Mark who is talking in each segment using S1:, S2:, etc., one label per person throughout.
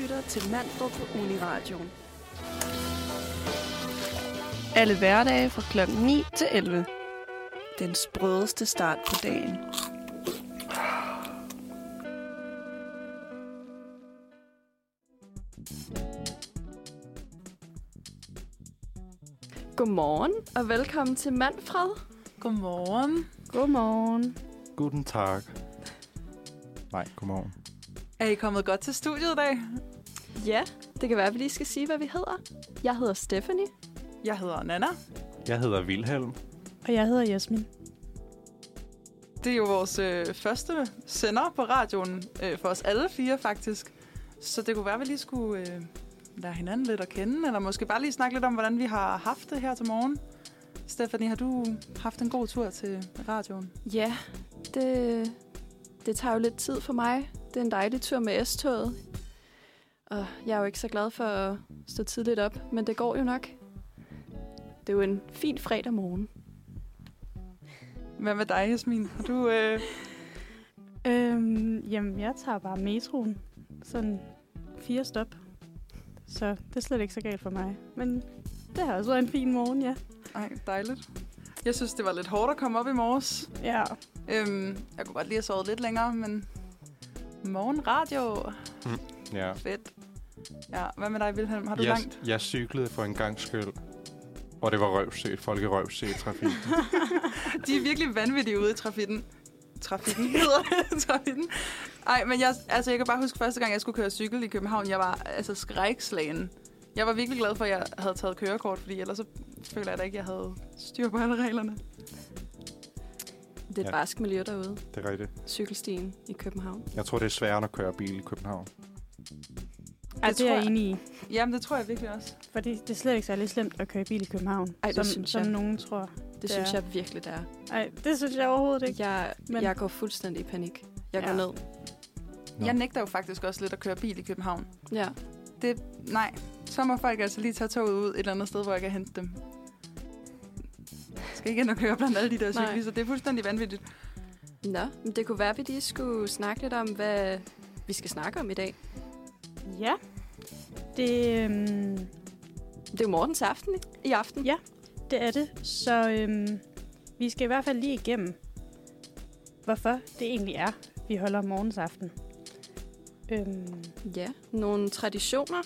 S1: lytter til Mandrup på Uniradioen. Alle hverdage fra kl. 9 til 11. Den sprødeste start på dagen.
S2: Godmorgen og velkommen til Manfred.
S3: Godmorgen.
S4: Godmorgen.
S5: Guten Tag. Nej, godmorgen.
S3: Er I kommet godt til studiet i dag?
S2: Ja, det kan være, at vi lige skal sige, hvad vi hedder. Jeg hedder Stephanie.
S3: Jeg hedder Nana.
S5: Jeg hedder Vilhelm.
S4: Og jeg hedder Jasmin.
S3: Det er jo vores øh, første sender på radioen øh, for os alle fire faktisk. Så det kunne være, at vi lige skulle øh, lære hinanden lidt at kende, eller måske bare lige snakke lidt om, hvordan vi har haft det her til morgen. Stephanie, har du haft en god tur til radioen?
S2: Ja, det, det tager jo lidt tid for mig. Det er en dejlig tur med S-toget. Og jeg er jo ikke så glad for at stå tidligt op, men det går jo nok. Det er jo en fin fredag morgen.
S3: Hvad med dig, Jasmin? Har du, øh,
S4: Øhm, jamen, jeg tager bare metroen. Sådan fire stop. Så det er slet ikke så galt for mig. Men det har også været en fin morgen, ja.
S3: ej, dejligt. Jeg synes, det var lidt hårdt at komme op i morges.
S4: Ja.
S3: Øhm, jeg kunne godt lige have sovet lidt længere, men morgenradio.
S5: Ja.
S3: Fedt. Ja, hvad med dig, Vilhelm? Har du
S5: jeg,
S3: yes. langt?
S5: jeg cyklede for en gang skyld. Og det var røvsigt. Folk i røvsigt trafik.
S3: De er virkelig vanvittige ude i trafikken. Trafikken hedder det. trafikken. Ej, men jeg, altså, jeg kan bare huske første gang, jeg skulle køre cykel i København. Jeg var altså skrækslagen. Jeg var virkelig glad for, at jeg havde taget kørekort, fordi ellers så føler jeg da ikke, at jeg havde styr på alle reglerne.
S2: Det er et
S5: Ja.
S2: barsk miljø derude.
S5: det er rigtigt.
S2: Cykelstien i København.
S5: Jeg tror, det er sværere end at køre bil i København.
S4: Ej, det,
S3: tror
S4: det er jeg
S3: jeg-
S4: enig i.
S3: Jamen, det tror jeg virkelig også.
S4: For det, det er slet ikke særlig slemt at køre i bil i København.
S2: Ej, det
S4: som,
S2: synes
S4: som
S2: jeg.
S4: nogen tror.
S2: Det,
S4: Det
S2: det synes
S4: er-
S2: jeg virkelig, det er.
S4: Ej, det synes jeg overhovedet ikke.
S2: Jeg,
S4: Men-
S2: jeg går fuldstændig i panik. Jeg går
S4: Ja.
S2: ned.
S5: Nå.
S3: Jeg nægter jo faktisk også lidt at køre bil i København.
S2: Ja.
S3: Det, nej, så må folk altså lige tage toget ud et eller andet sted, hvor jeg kan hente dem. Jeg skal ikke ind og køre blandt alle de der
S2: Nej.
S3: cyklister. Det er fuldstændig vanvittigt.
S2: Nå, men det kunne være, at vi lige skulle snakke lidt om, hvad vi skal snakke om i dag.
S4: Ja. Det, øhm,
S2: Det er jo Mortens aften i- i aften.
S4: Ja. Det er det. Så øhm, vi skal i hvert fald lige igennem, hvorfor det egentlig er, vi holder morgensaften. Øhm,
S2: ja. Nogle traditioner.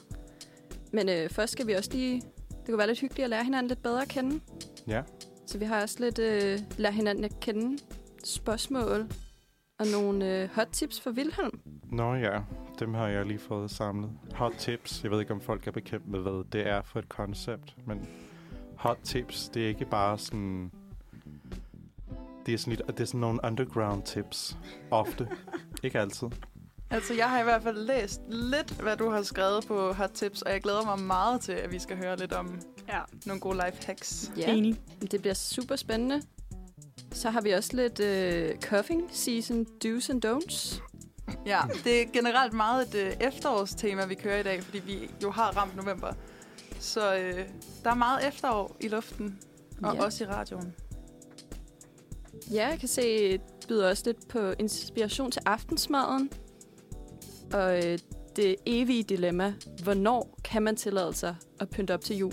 S2: Men øh, først skal vi også lige... Det kunne være lidt hyggeligt at lære hinanden lidt bedre at kende.
S5: Ja.
S2: Så vi har også lidt øh, lært hinanden at kende spørgsmål og nogle øh, hot tips for Vilhelm.
S5: Nå ja, dem har jeg lige fået samlet. Hot tips. Jeg ved ikke, om folk er bekendt med, hvad det er for et koncept, men hot tips, det er ikke bare sådan... Det er sådan, lidt, det er sådan nogle underground tips. Ofte. ikke altid.
S3: Altså, jeg har i hvert fald læst lidt, hvad du har skrevet på Hot Tips, og jeg glæder mig meget til, at vi skal høre lidt om
S4: ja,
S3: nogle gode life hacks.
S4: ja, enig.
S2: Det bliver super spændende. Så har vi også lidt øh, cuffing season do's and don'ts.
S3: Ja, det er generelt meget et øh, efterårstema, vi kører i dag, fordi vi jo har ramt november. Så øh, der er meget efterår i luften, og
S2: Ja.
S3: ja. også i radioen.
S2: Ja, jeg kan se, det byder også lidt på inspiration til aftensmaden. Og øh, det evige dilemma, hvornår kan man tillade sig at pynte op til jul?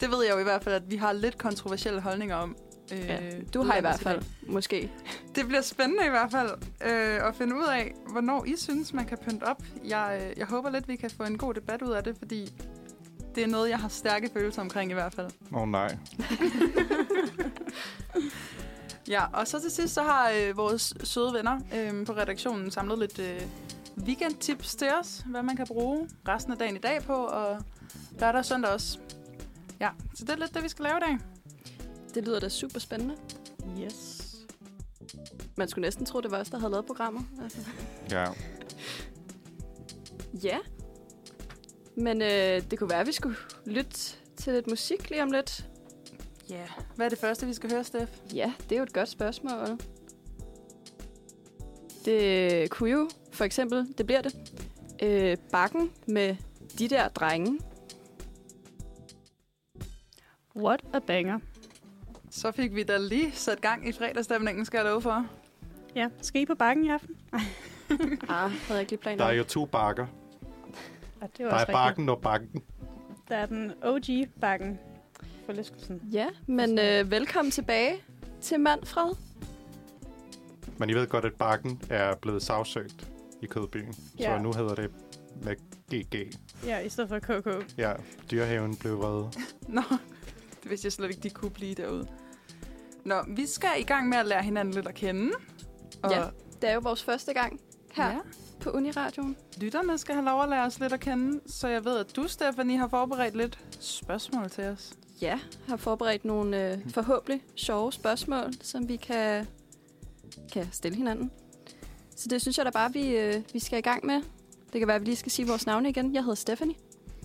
S3: Det ved jeg jo i hvert fald, at vi har lidt kontroversielle holdninger om. Øh,
S2: Ja, du har i hvert fald, måske.
S3: Det bliver spændende i hvert fald øh, at finde ud af, hvornår I synes, man kan pynte op. Jeg, øh, jeg håber lidt, vi kan få en god debat ud af det, fordi det er noget, jeg har stærke følelser omkring i hvert fald.
S5: Åh oh, nej.
S3: Ja, og så til sidst, så har øh, vores søde venner øh, på redaktionen samlet lidt øh, weekendtips til os, hvad man kan bruge resten af dagen i dag på, og lørdag og søndag også. Ja, så det er lidt det, vi skal lave i dag.
S2: Det lyder da super spændende.
S4: Yes.
S2: Man skulle næsten tro, det var os, der havde lavet programmet. Altså.
S5: Ja.
S2: Ja. Men øh, det kunne være, at vi skulle lytte til lidt musik lige om lidt.
S3: Ja. Yeah. Hvad er det første, vi skal høre, Steff?
S2: Ja, det er jo et godt spørgsmål. Det kunne jo for eksempel, det bliver det, øh, bakken med de der drenge.
S4: What a banger.
S3: Så fik vi da lige sat gang i fredagsstemningen, skal jeg love for.
S4: Ja, skal I på bakken i aften?
S2: Ah, havde jeg ikke lige planer
S5: Der er
S2: om.
S5: jo to bakker.
S4: Og det er jo
S5: Der
S4: også
S5: er
S4: rigtigt.
S5: bakken og bakken.
S4: Der er den OG-bakken for Leskelsen.
S2: Ja, men øh, velkommen tilbage til Manfred.
S5: Men I ved godt, at bakken er blevet sagsøgt i Kødbyen.
S4: Ja.
S5: Så nu hedder det med GG.
S4: Ja, i stedet for KK.
S5: Ja, dyrehaven blev reddet.
S3: Nå, det vidste jeg slet ikke, de kunne blive derude. Nå, vi skal i gang med at lære hinanden lidt at kende.
S2: Ja. Det er jo vores første gang her ja. på Uniradioen.
S3: lytterne skal have lov at lære os lidt at kende, så jeg ved, at du, Stephanie, har forberedt lidt spørgsmål til os.
S2: Ja, har forberedt nogle øh, forhåbentlig sjove spørgsmål, som vi kan, kan stille hinanden. Så det synes jeg da bare, vi, øh, vi skal i gang med. Det kan være, at vi lige skal sige vores navne igen. Jeg hedder Stephanie.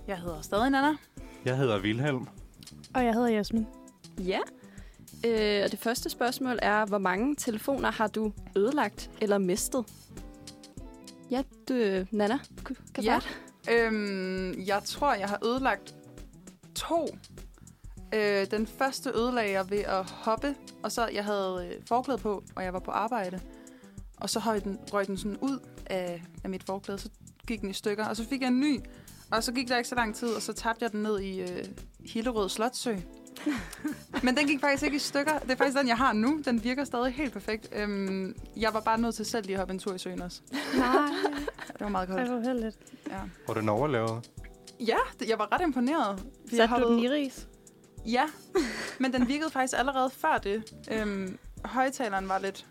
S3: Jeg hedder stadig Nana.
S5: Jeg hedder Vilhelm.
S4: Og jeg hedder Jasmin.
S2: Ja. Øh, og det første spørgsmål er, hvor mange telefoner har du ødelagt eller mistet? Ja, du, øh, Nana, kan kan
S3: Ja.
S2: starte.
S3: Øhm, jeg tror, jeg har ødelagt to. Øh, den første ødelagde jeg ved at hoppe, og så jeg havde øh, forklæde på, og jeg var på arbejde. Og så røg den, røg den sådan ud af, af mit forklæde, så gik den i stykker, og så fik jeg en ny. Og så gik der ikke så lang tid, og så tabte jeg den ned i øh, Hillerød Slotsø. Men den gik faktisk ikke i stykker. Det er faktisk den, jeg har nu. Den virker stadig helt perfekt. Øhm, jeg var bare nødt til selv lige at hoppe en tur i søen også.
S4: Nej.
S3: Det var meget
S4: Ej,
S3: koldt.
S4: hvor heldigt.
S3: Ja.
S5: Og den overlevede.
S3: Ja, det- jeg var ret imponeret. Vi
S4: Satte du
S3: hoppede-
S4: den i ris?
S3: Ja, men den virkede faktisk allerede før det. Øhm, højtaleren var lidt...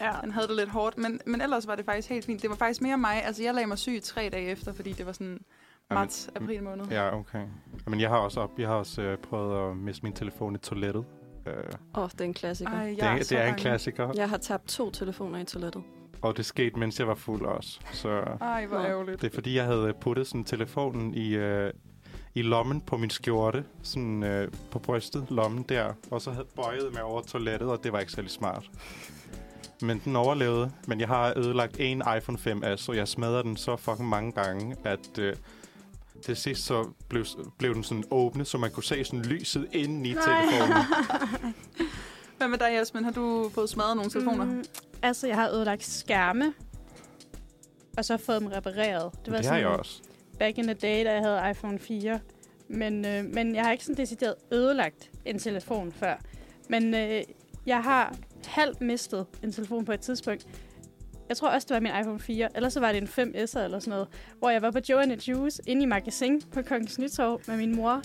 S4: Ja.
S3: Den havde det lidt hårdt, men, men ellers var det faktisk helt fint. Det var faktisk mere mig. Altså, jeg lagde mig syg tre dage efter, fordi det var sådan marts, april måned. Ja.
S5: mm, Ja, okay. Men jeg har også, op, jeg har også øh, prøvet at miste min telefon i toilettet. Øh, det,
S2: Åh, oh, det er en klassiker.
S3: Ej,
S2: Ej.
S3: jeg
S5: er,
S3: så
S5: det er en
S3: bange.
S5: klassiker. Ja.
S2: Jeg har tabt to telefoner i toilettet.
S5: Og det skete, mens jeg var fuld også. Så
S3: Ej, hvor
S2: Nå.
S3: ærgerligt.
S5: det er, fordi jeg havde øh, puttet sådan telefonen i, øh, i lommen på min skjorte. Sådan øh, på brystet, lommen der. Og så havde bøjet mig over toilettet, og det var ikke særlig smart. Men den overlevede. Men jeg har ødelagt en iPhone 5S, og jeg smadrede den så fucking mange gange, at... Øh, til sidst så blev, blev den sådan åbne, så man kunne se sådan lyset inde i telefonen.
S3: Hvad med dig, Jasmin? Har du fået smadret nogle telefoner? Mm.
S4: Mm, altså, jeg har ødelagt skærme. Og så fået dem repareret.
S5: Det, det har jeg også.
S4: back in the day, da jeg havde iPhone 4. Men, øh, men jeg har ikke sådan decideret ødelagt en telefon før. Men øh, jeg har halvt mistet en telefon på et tidspunkt. Jeg tror også, det var min iPhone 4, eller så var det en 5S'er eller sådan noget, hvor jeg var på Joe and the Juice inde i magasin på Kongens Nytorv med min mor.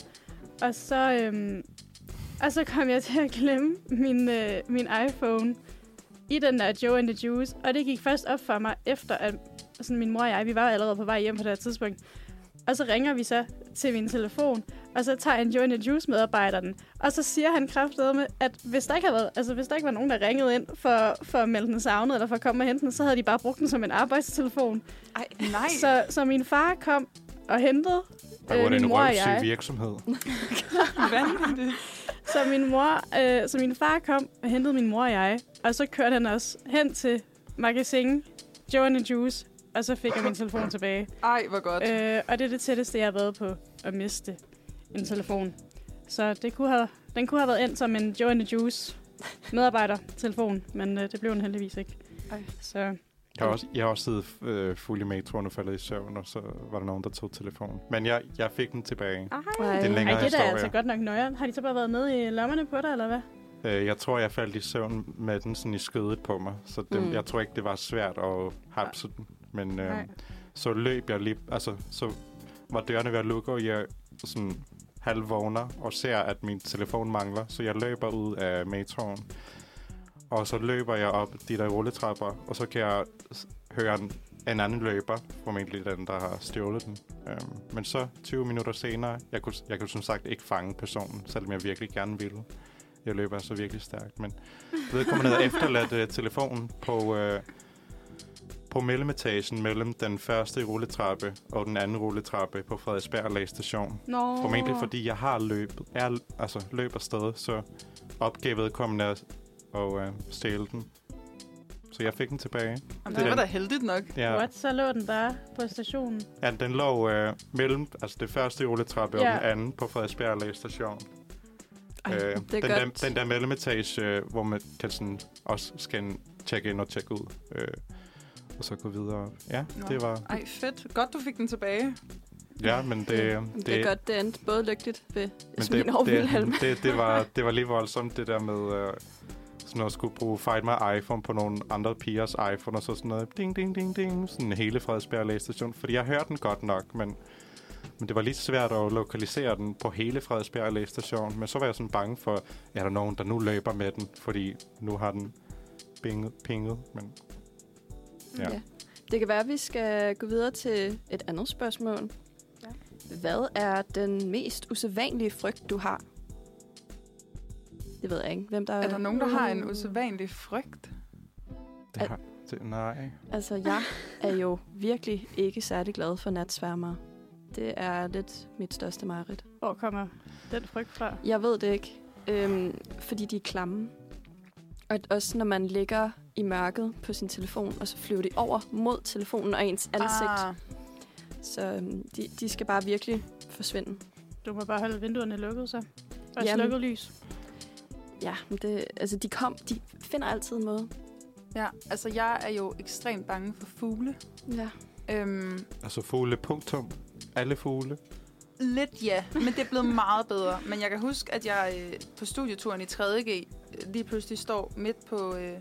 S4: Og så, øhm, og så kom jeg til at glemme min, øh, min iPhone i den der Joe and the Juice. Og det gik først op for mig, efter at sådan min mor og jeg, vi var jo allerede på vej hjem på det her tidspunkt. Og så ringer vi så til min telefon, og så tager en Joanna Juice medarbejder den. Og så siger han kraftedeme, at hvis der ikke, havde været, altså, hvis der ikke var nogen, der ringede ind for, for at melde den savnet, eller for at komme og hente den, så havde de bare brugt den som en arbejdstelefon.
S3: Ej, nej. Så...
S4: Så, så min far kom og hentede,
S5: Der var
S4: Øh,
S5: det en
S4: min mor og
S5: røvsyg
S4: jeg.
S5: virksomhed.
S3: Vanvittigt.
S4: så min, mor, øh, så min far kom og hentede min mor og jeg, og så kørte han os hen til magasin Joanna Juice, og så fik jeg min telefon tilbage.
S3: Ej, hvor godt.
S4: Øh, og det er det tætteste, jeg har været på at miste en telefon. Så det kunne have, den kunne have været endt som en Joe and the Juice medarbejder-telefon, men øh, det blev den heldigvis ikke.
S3: Ej.
S4: Så
S5: Jeg har også, jeg har også siddet øh, fuld i metroen og faldet i søvn, og så var der nogen, der tog telefonen. Men jeg, jeg fik den tilbage.
S2: Ej.
S4: Ej,
S5: Det er en længere
S4: Ej det er da
S5: historie.
S4: altså godt nok nøjeren. Har de så bare været nede i lommerne på dig, eller hvad?
S5: Øh, jeg tror, jeg faldt i søvn med den sådan i skødet på mig, så det,
S2: Mm.
S5: mm. jeg tror ikke, det var svært at hapse den. Men øh,
S4: Nej.
S5: så løb jeg lige, altså så var dørene ved at lukke, og jeg sådan halvvågner og ser, at min telefon mangler, så jeg løber ud af metroen. Og så løber jeg op de der rulletrapper, og så kan jeg s- høre en, en anden løber, formentlig den, der har stjålet den. Øhm, men så 20 minutter senere, jeg kunne, jeg kunne som sagt ikke fange personen, selvom jeg virkelig gerne ville. Jeg løber så virkelig stærkt, men vedkommende havde efterladt øh, telefonen på, øh, på mellemetagen mellem den første rulletrappe og den anden rulletrappe på Frederiksberg Læge Station.
S4: Nå.
S5: Formentlig fordi jeg har løbet, er, altså løb afsted, så opgav vedkommende at og, øh, stjæle den. Så jeg fik den tilbage.
S3: Jamen,
S5: det
S3: det
S5: er
S3: var
S5: den-
S3: da heldigt nok.
S5: Ja,
S4: What? Så lå den bare på stationen.
S5: ja den lå øh, mellem altså det første rulletrappe
S4: Ja.
S5: og den anden på Frederiksberg Læge Station.
S2: Ej,
S5: Øh,
S2: det er
S5: den,
S2: godt.
S5: Der, den der mellemetage, øh, hvor man kan sådan også scanne, tjekke ind og tjekke ud. Øh, og så gå videre. Ja,
S3: Nå.
S5: det var...
S3: Ej, fedt. Godt, du fik den tilbage.
S5: Ja, men det...
S2: det, det er godt, det endte både lykkeligt ved
S5: Men
S2: Smin og Vilhelm.
S5: det, det, det, var, det var lige voldsomt, det der med øh, sådan at skulle bruge Find My iPhone på nogle andre pigers iPhone, og så sådan noget ding, ding, ding, ding, sådan hele Frederiksberg lægestation. Fordi jeg hørte den godt nok, men, men det var lige svært at lokalisere den på hele Frederiksberg lægestation. Men så var jeg sådan bange for, er der nogen, der nu løber med den, fordi nu har den pinget, pinget men Ja.
S2: Det kan være, at vi skal gå videre til et andet spørgsmål.
S4: Ja.
S2: Hvad er den mest usædvanlige frygt, du har? Det ved jeg ikke. Hvem der
S3: Er der nogen, der har
S2: Øh.
S3: en usædvanlig frygt?
S5: det
S2: Al-
S5: har... Det, nej.
S2: Altså, jeg er jo virkelig ikke særlig glad for natsværmere. Det er lidt mit største mareridt.
S4: Hvor kommer den frygt fra?
S2: Jeg ved det ikke, øhm, fordi de er klamme. Og også når man ligger i mørket på sin telefon, og så flyver de over mod telefonen og ens ansigt. Ah.
S3: Ah,
S2: Så øhm, de, de skal bare virkelig forsvinde.
S4: Du må bare holde vinduerne lukket, så. Og
S2: Jamen.
S4: slukket lys.
S2: Ja, men det, altså de kom, de finder altid en måde.
S3: ja, altså jeg er jo ekstremt bange for fugle.
S2: Ja.
S3: Øhm,
S5: Altså fugle, punktum. Alle fugle.
S3: Lidt ja, men det er blevet meget bedre. Men jeg kan huske, at jeg øh, på studieturen i 3.G øh, lige pludselig står midt på, øh,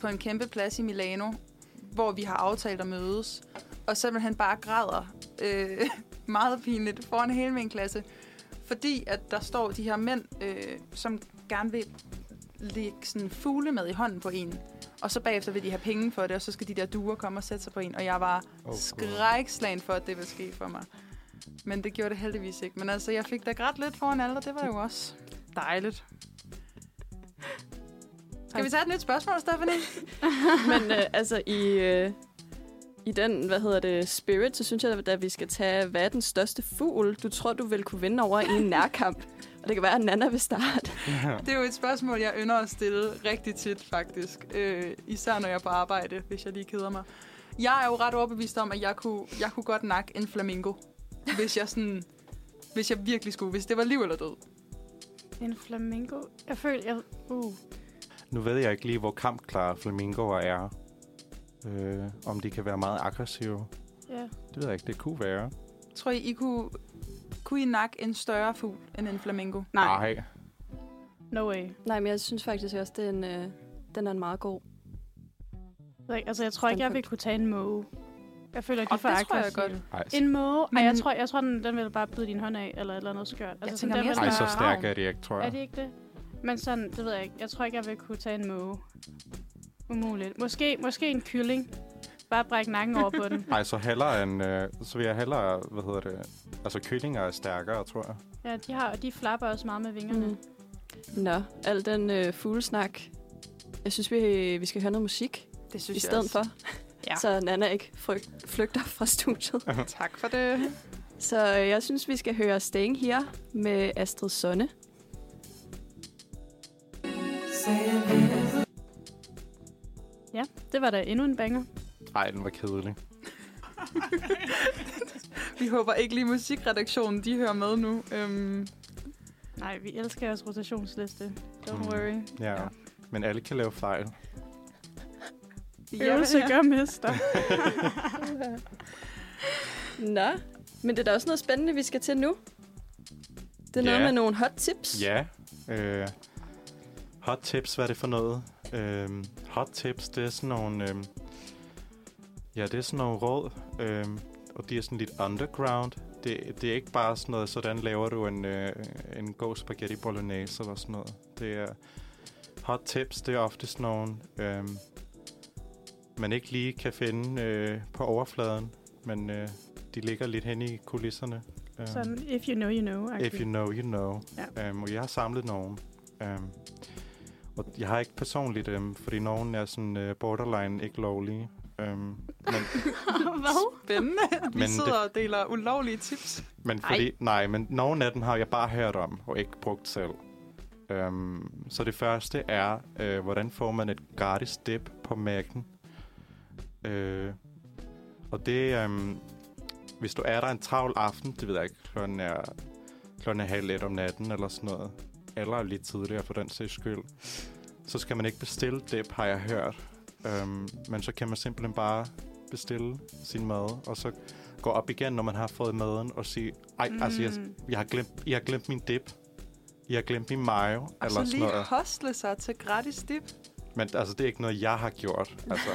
S3: på en kæmpe plads i Milano, hvor vi har aftalt at mødes, og simpelthen bare græder øh, meget pinligt foran hele min klasse, fordi at der står de her mænd, øh, som gerne vil lægge sådan fugle med i hånden på en, og så bagefter vil de have penge for det, og så skal de der duer komme og sætte sig på en, og jeg var
S5: Oh,
S3: skrækslagen for, at det ville ske for mig. Men det gjorde det heldigvis ikke. Men altså, jeg fik da grædt lidt foran alle, og det var jo også dejligt. Skal vi tage et nyt spørgsmål, Stephanie?
S2: Men øh, altså i, øh, i den, hvad hedder det, spirit, så synes jeg, at vi skal tage, hvad er den største fugl, du tror, du vil kunne vinde over i en nærkamp? Og det kan være, at Nana vil starte.
S3: Det er jo et spørgsmål, jeg ynder at stille rigtig tit, faktisk. Øh, især når jeg er på arbejde, hvis jeg lige keder mig. Jeg er jo ret overbevist om, at jeg kunne, jeg kunne godt nakke en flamingo, hvis jeg sådan... Hvis jeg virkelig skulle. Hvis det var liv eller død.
S4: En flamingo. Jeg føler, jeg... Uh.
S5: Nu ved jeg ikke lige, hvor kampklare flamingoer er. Øh, om de kan være meget aggressive.
S4: Ja.
S5: Det ved jeg ikke, det kunne være.
S3: Tror I, I kunne, kunne I nakke en større fugl end en flamingo?
S4: Nej.
S5: Ej,
S4: No way.
S2: Nej, men jeg synes faktisk også, det er en, øh, den er en meget god.
S4: Ved ikke, Altså, jeg tror ikke, jeg vil
S2: Standpunkt.
S4: kunne tage en måge. Jeg føler, at de
S3: Og
S4: er for
S3: det tror jeg
S4: aggressive.
S3: godt.
S5: ej,
S4: En måge? Ej,
S3: Men-
S4: jeg tror, jeg tror den, den vil bare bide din hånd af, eller et eller andet skørt. Altså,
S3: Jeg
S4: sådan,
S3: tænker
S4: den
S3: mere
S4: vil
S5: ej,
S3: sådan-
S5: så
S4: bare-
S5: stærk er de ikke, tror jeg.
S4: Er det ikke det? Men sådan, det ved jeg ikke. Jeg tror ikke, jeg vil kunne tage en måge. Umuligt. Måske, måske en kylling. Bare brække nakken over på den.
S5: Ej, så hellere en... Øh, så vil jeg hellere, hvad hedder det... Altså, kyllinger er stærkere, tror jeg.
S4: Ja, de, har, de flapper også meget med vingerne. Mm.
S2: Nå, al den øh, fuglesnak. Jeg synes, vi, vi skal høre noget musik
S3: Det synes
S2: i stedet for,
S4: Ja.
S2: ja. så Nana ikke fryg, flygter fra studiet.
S3: Tak for det.
S2: Så øh, jeg synes, vi skal høre Staying Here med Astrid Sonne.
S4: Det var da endnu en banger.
S5: Ej, den var kedelig.
S3: Vi håber ikke lige musikredaktionen, de hører med nu. Øhm,
S4: Nej, vi elsker jeres rotationsliste. Don't
S5: Mm.
S4: worry.
S5: Ja.
S4: Ja.
S5: ja. Men alle kan lave fejl.
S4: Øvelse gør mester.
S2: Nå, men det er da også noget spændende, vi skal til nu. Det er
S5: Ja.
S2: noget med nogle hot tips.
S5: Ja. Øh, hot tips, hvad er det for noget? Øh, hot tips, det er sådan nogle... Øh, ja, det er sådan nogle råd, øh, og de er sådan lidt underground. Det, det er ikke bare sådan noget, sådan laver du en, øh, en god spaghetti bolognese eller sådan noget. Det er hot tips, det er ofte sådan nogle, øh, man ikke lige kan finde øh, på overfladen, men øh, de ligger lidt hen i kulisserne. Øh.
S4: Sådan, if you know, you know.
S5: If you know, you know.
S4: Ja.
S5: Um, og jeg har samlet nogen. Um, og jeg har ikke personligt dem, um, fordi nogen er sådan uh, borderline ikke lovlige. Um, men,
S4: Hvad?
S3: spændende. Vi
S5: Men
S3: men
S5: det-
S3: sidder det... og deler ulovlige tips.
S5: men
S4: Ej.
S5: fordi, nej, men nogen af dem har jeg bare hørt om og ikke brugt selv. Um, så det første er, uh, hvordan får man et gratis dip på Mac'en? Uh, og det, um, hvis du er der en travl aften, det ved jeg ikke, klokken er, klokken er halv et om natten eller sådan noget, eller lidt tidligere for den sags skyld, så skal man ikke bestille dip, har Øhm, jeg hørt. Um, men så kan man simpelthen bare bestille sin mad, og så gå op igen, når man har fået maden, og sige, ej, mm. altså, jeg, jeg, har glemt, jeg har glemt min dip. Jeg har glemt min mayo,
S3: Og
S5: eller
S3: så
S5: sådan
S3: lige
S5: noget.
S3: hostle sig til gratis dip.
S5: Men altså, det er ikke noget, jeg har gjort. Altså,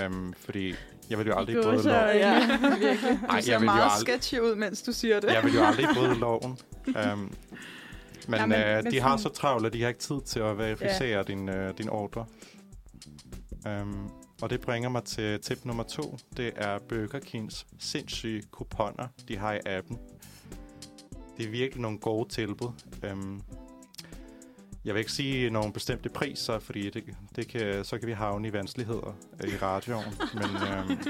S5: øhm, fordi jeg vil jo aldrig
S4: Gåseøjne.
S5: bryde loven.
S4: Ja.
S3: virkelig. Du
S5: Ej, jeg
S3: ser
S5: vil jo
S3: meget
S5: aldrig-
S3: sketchy ud, mens du siger det.
S5: Jeg vil jo aldrig bryde loven. Øhm, men,
S4: Nej,
S5: ja,
S4: men-
S5: men, øh,
S4: men
S5: de har så
S4: sådan-
S5: travlt, at de har ikke tid til at verificere ja. din, øh, din ordre. Øhm, og det bringer mig til tip nummer to. Det er Burger Kings sindssyge kuponer, de har i appen. Det er virkelig nogle gode tilbud. Øhm, jeg vil ikke sige nogle bestemte priser, fordi det, det kan, så kan vi havne i vanskeligheder øh, i radioen. Men, øhm,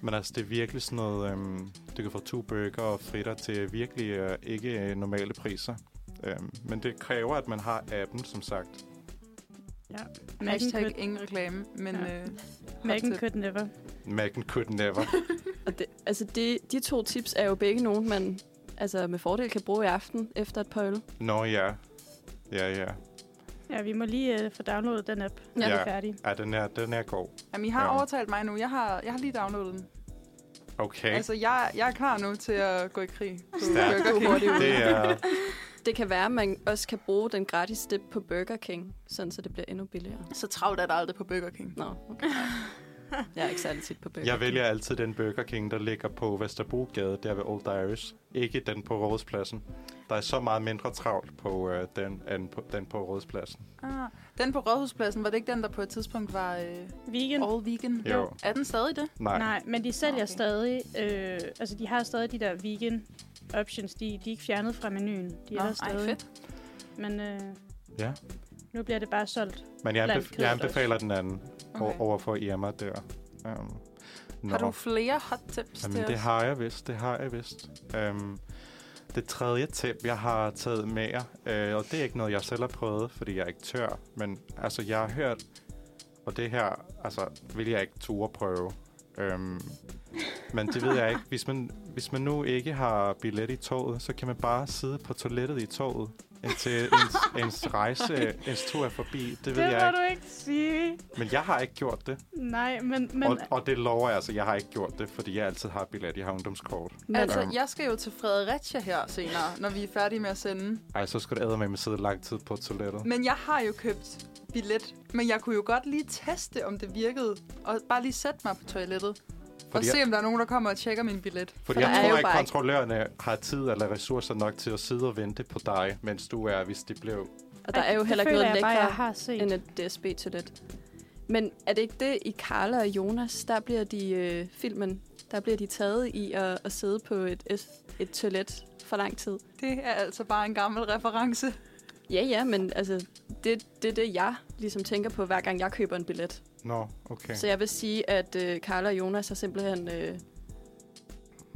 S5: men altså, det er virkelig sådan noget... Øhm, du kan få to burger og fritter til virkelig øh, ikke øh, normale priser. Øhm, men det kræver, at man har appen, som sagt.
S4: Mac'en
S3: Hashtag
S4: could,
S3: ingen reklame, men...
S4: Ja.
S3: Ja. Øh,
S4: Mac'en
S3: tip.
S4: could never.
S5: Mac'en could never.
S2: Og det, altså, det, de to tips er jo begge nogen, man altså, med fordel kan bruge i aften efter et par øl.
S5: Nå ja. Ja, ja.
S4: Ja, vi må lige øh, få downloadet den app, når
S5: Ja.
S4: vi er færdige.
S5: Ja, den er, den er god.
S3: jamen, I har
S5: Ja.
S3: overtalt mig nu. Jeg har, jeg har lige downloadet den.
S5: Okay.
S3: Altså,
S5: Altså,
S3: jeg, jeg er klar nu til at gå i krig. Du,
S5: Stærkt.
S3: du er hurtigt
S5: det
S3: ude.
S5: er...
S2: Det kan være, at man også kan bruge den gratis dip på Burger King, sådan så det bliver endnu billigere.
S3: Så travlt er der aldrig på Burger King.
S2: Nå, okay. Jeg er ikke særlig tit på Burger
S5: Jeg
S2: King.
S5: vælger altid den Burger King, der ligger på Vesterbrogade, der ved Old Irish. Ikke den på Rådspladsen. Der er så meget mindre travlt på øh, den, end på, den på Rådspladsen.
S3: Ah, den på Rådhuspladsen, var det ikke den, der på et tidspunkt var øh,
S4: Weekend.
S3: all vegan?
S5: Jo.
S3: Er den stadig det?
S5: Nej.
S4: Nej, men de sælger
S2: Ah,
S3: Okay.
S4: okay. stadig, øh, altså de har stadig de der vegan options, de, de er ikke fjernet fra menuen. De er
S3: Nå,
S4: der
S3: ej,
S4: stadig.
S3: fedt.
S4: Men øh,
S5: Ja.
S4: nu bliver det bare solgt.
S5: Men jeg,
S4: Blandt
S5: anbef-
S4: kødet
S5: jeg
S4: også.
S5: anbefaler den anden okay.
S3: Okay.
S5: over for Irma der. Um,
S3: Har du flere hot tips
S5: Jamen,
S3: til
S5: det
S3: os?
S5: har jeg vist, det har jeg vist. Øhm, det tredje tip, jeg har taget med jer, øh, og det er ikke noget, jeg selv har prøvet, fordi jeg er ikke tør, men altså, jeg har hørt, og det her, altså, vil jeg ikke ture prøve. Øhm, men det ved jeg ikke. Hvis man, hvis man nu ikke har billet i toget, så kan man bare sidde på toilettet i toget, indtil ens, ens rejse, ens tur er forbi. Det ved
S4: det
S5: jeg
S4: må
S5: ikke.
S4: du ikke sige.
S5: Men jeg har ikke gjort det.
S4: Nej, men, men
S5: Men... Og, og det lover jeg, altså, jeg har ikke gjort det, fordi jeg altid har billet, jeg har ungdomskort.
S3: Altså,
S5: Øhm.
S3: jeg skal jo til Fredericia her senere, når vi er færdige med at sende.
S5: Ej, så skulle det med at sidde lang tid på toilettet.
S3: Men jeg har jo købt billet, men jeg kunne jo godt lige teste, om det virkede, og bare lige sætte mig på toilettet, og
S5: Fordi, jeg,
S3: se, om der er nogen, der kommer og tjekker min billet.
S5: fordi
S2: For der
S5: jeg
S2: er
S5: tror
S2: jo
S5: ikke,
S2: bare ikke-
S5: kontrollørerne har tid eller ressourcer nok til at sidde og vente på dig, mens du er, hvis det blev...
S2: Og der er jo
S4: det
S2: heller ikke
S4: føler
S2: noget
S4: jeg bare, jeg
S2: lækre
S4: har set.
S2: end et DSB-toilet. Men er det ikke det i Karla og Jonas, der bliver de øh, filmen, der bliver de taget i at, at sidde på et, et, et toilet for lang tid?
S3: Det er altså bare en gammel reference.
S2: Ja, ja, men altså, det, det er det, jeg ligesom tænker på, hver gang jeg køber en billet.
S5: Nå, okay.
S2: Så jeg vil sige, at øh, Karla og Jonas har simpelthen øh,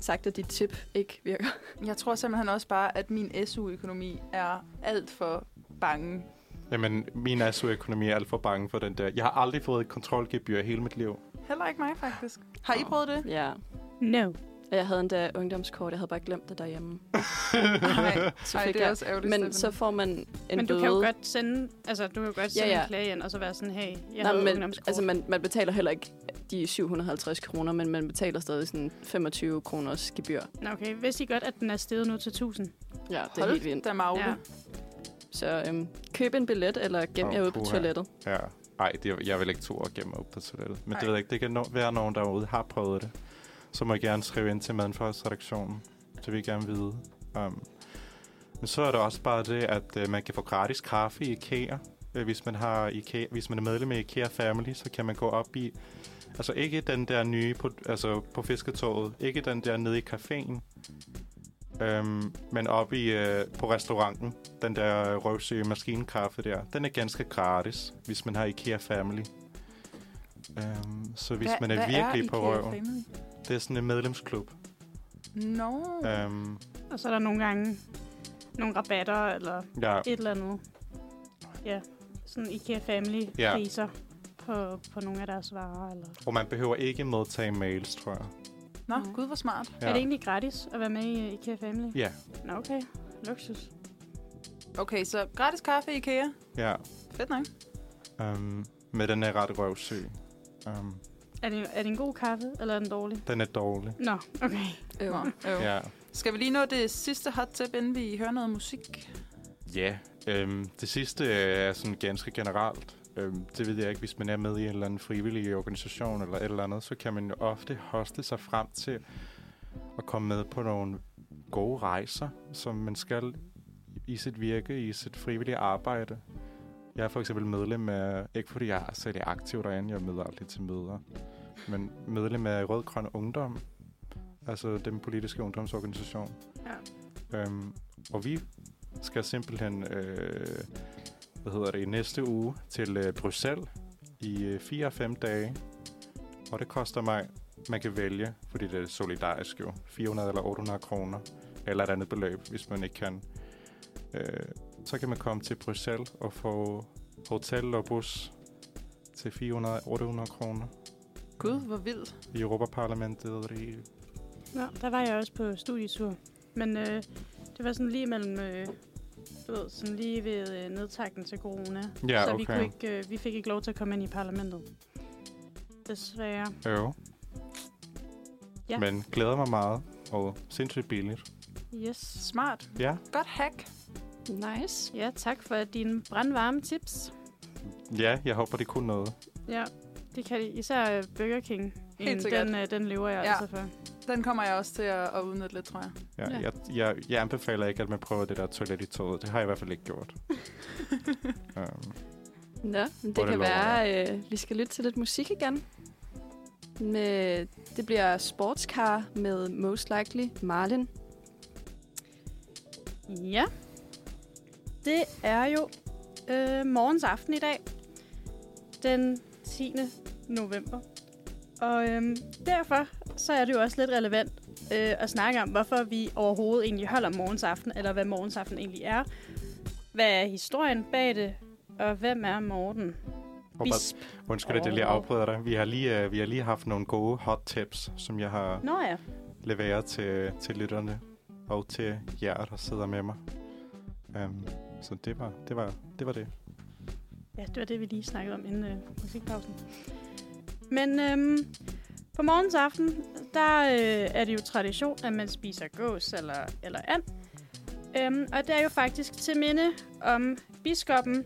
S2: sagt, at dit tip ikke virker.
S3: Jeg tror simpelthen også bare, at min SU-økonomi er alt for bange.
S5: Jamen, min ASU-økonomi er alt for bange for den der. Jeg har aldrig fået et kontrolgebyr i hele mit liv.
S3: Heller ikke mig, faktisk. Har I prøvet det?
S2: Ja,
S4: No.
S2: og jeg havde endda ungdomskort, jeg havde bare glemt det derhjemme.
S3: Nej,
S2: Så
S3: Ej,
S2: fik
S3: det er
S2: jeg-
S3: også ærgerligt.
S2: Men
S3: Steffen.
S2: så får man en
S4: Men du
S2: bøde.
S4: kan jo godt sende, altså, du kan jo godt
S2: Ja,
S4: sende
S2: ja.
S4: en klage ind, og så være sådan, hey, jeg
S2: Nej,
S4: har
S2: men,
S4: ungdomskort.
S2: altså man, man betaler heller ikke de 750 kroner, men man betaler stadig sådan 25 kroners gebyr.
S4: Nå, Okay, vidste I godt, at den er steget nu til 1000?
S2: Ja, det er helt
S3: Hold
S2: vildt.
S3: da magle.
S4: Ja.
S3: Ja.
S2: Så øhm, køb en billet, eller gem
S5: Åh,
S2: jer ude på
S5: puha.
S2: toilettet.
S5: Ja. Ej, det, jeg vil ikke to år gemme op på toilettet. Men Ej.
S3: Ej.
S5: det ved jeg ikke, det kan no- være nogen derude har prøvet det. Så må jeg gerne skrive ind til mandfolksredaktionen. Det vil jeg gerne vide. Um, men så er der også bare det, at øh, man kan få gratis kaffe i IKEA. Øh, hvis, man har IKEA. hvis man er medlem af IKEA Family, så kan man gå op i... Altså ikke den der nye på, altså på fisketoget. Ikke den der nede i caféen. Øhm, men op i, øh, på restauranten, den der røvsøge maskinkaffe der, den er ganske gratis, hvis man har IKEA Family. Øhm, så hvis man er virkelig på røven. Det er sådan en medlemsklub.
S4: Mm.
S3: No. Ja.
S5: Øhm,
S4: Og så er der nogle gange nogle rabatter, eller
S5: ja,
S4: et eller andet. Ja, sådan IKEA Family
S5: Ja.
S4: priser på, på nogle af deres varer. Eller.
S5: og man behøver ikke modtage mails, tror jeg.
S3: Nå, gud, hvor smart.
S4: Ja.
S5: Ja.
S4: Er det egentlig gratis at være med i øh, IKEA Family?
S5: Ja,
S4: Nå, okay. Luksus.
S3: Okay, så gratis kaffe i IKEA.
S5: ja.
S3: Fedt nok.
S5: Øhm, men den er ret røvsøg. Øhm,
S4: Er det, er det en god kaffe, eller er den dårlig?
S5: Den er dårlig.
S4: Nå, okay.
S2: Øv.
S3: Nå, øv.
S5: Ja.
S3: Skal vi lige nå det sidste hot tip, inden vi hører noget musik?
S5: Ja, øhm, det sidste øh, er sådan ganske generelt. Øhm, det ved jeg ikke, hvis man er med i en eller anden frivillig organisation eller et eller andet, så kan man jo ofte hoste sig frem til at komme med på nogle gode rejser, som man skal i sit virke, i sit frivillige arbejde. Jeg er for eksempel medlem af, ikke fordi jeg er særlig aktiv derinde, jeg møder aldrig til møder, men medlem af Rød Grøn Ungdom, altså den politiske ungdomsorganisation.
S4: Ja.
S5: Øhm, og vi skal simpelthen, øh, hvad hedder det, i næste uge til øh, Bruxelles i øh, 4-5 dage. Og det koster mig, man kan vælge, fordi det er solidarisk jo, 400 eller 800 kroner, eller et andet beløb, hvis man ikke kan. Øh, så kan man komme til Bruxelles og få hotel og bus til 400-800 kroner
S3: Gud, hvor vildt.
S5: i Europaparlamentet. i-
S4: Nå, der var jeg også på studietur. Men øh, det var sådan lige mellem, øh, du ved, sådan lige ved øh, nedtakken til corona.
S5: Ja,
S4: så vi,
S5: okay.
S4: kunne ikke, øh, vi fik ikke lov til at komme ind i parlamentet. Desværre.
S5: Jo.
S4: Ja.
S5: Men glæder mig meget, og sindssygt billigt.
S4: Yes.
S3: Smart.
S5: Ja,
S3: Godt hack.
S2: Nice.
S4: Ja, tak for dine brandvarme tips.
S5: ja jeg håber, det kunne noget.
S4: Ja, det kan de. Især øh, Burger King.
S3: Helt sikkert.
S4: den, øh, den lever jeg
S3: Ja.
S4: altså for.
S3: Den kommer jeg også til at, at udnytte lidt, tror jeg.
S5: Ja,
S2: Ja.
S5: ja. Jeg, jeg, jeg anbefaler ikke, at man prøver det der toilet i toget. Det har jeg i hvert fald ikke gjort. um,
S2: Nå, men
S5: Hvor
S2: det
S5: er det
S2: kan
S5: lov,
S2: være, øh, vi skal lytte til lidt musik igen. Med, det bliver Sportscar med Most Likely Marlin.
S4: Ja. Det er jo øh, morgens aften i dag, den 10. november. Og øhm, derfor så er det jo også lidt relevant øh, at snakke om, hvorfor vi overhovedet egentlig holder morgensaften, eller hvad morgensaften egentlig er. Hvad er historien bag det, og hvem er Morten? Bisp.
S5: undskyld, at jeg lige afbryder dig. Vi har lige, uh, vi har lige haft nogle gode hot tips, som jeg har
S4: Nå ja,
S5: leveret til, til lytterne og til jer, der sidder med mig. Um, så det var det. Var, det, var det.
S4: Ja, det var det, vi lige snakkede om inden øh, musikpausen. Men øhm, på morgens aften, der øh, er det jo tradition, at man spiser gås eller, eller and. Øhm, og det er jo faktisk til minde om biskoppen,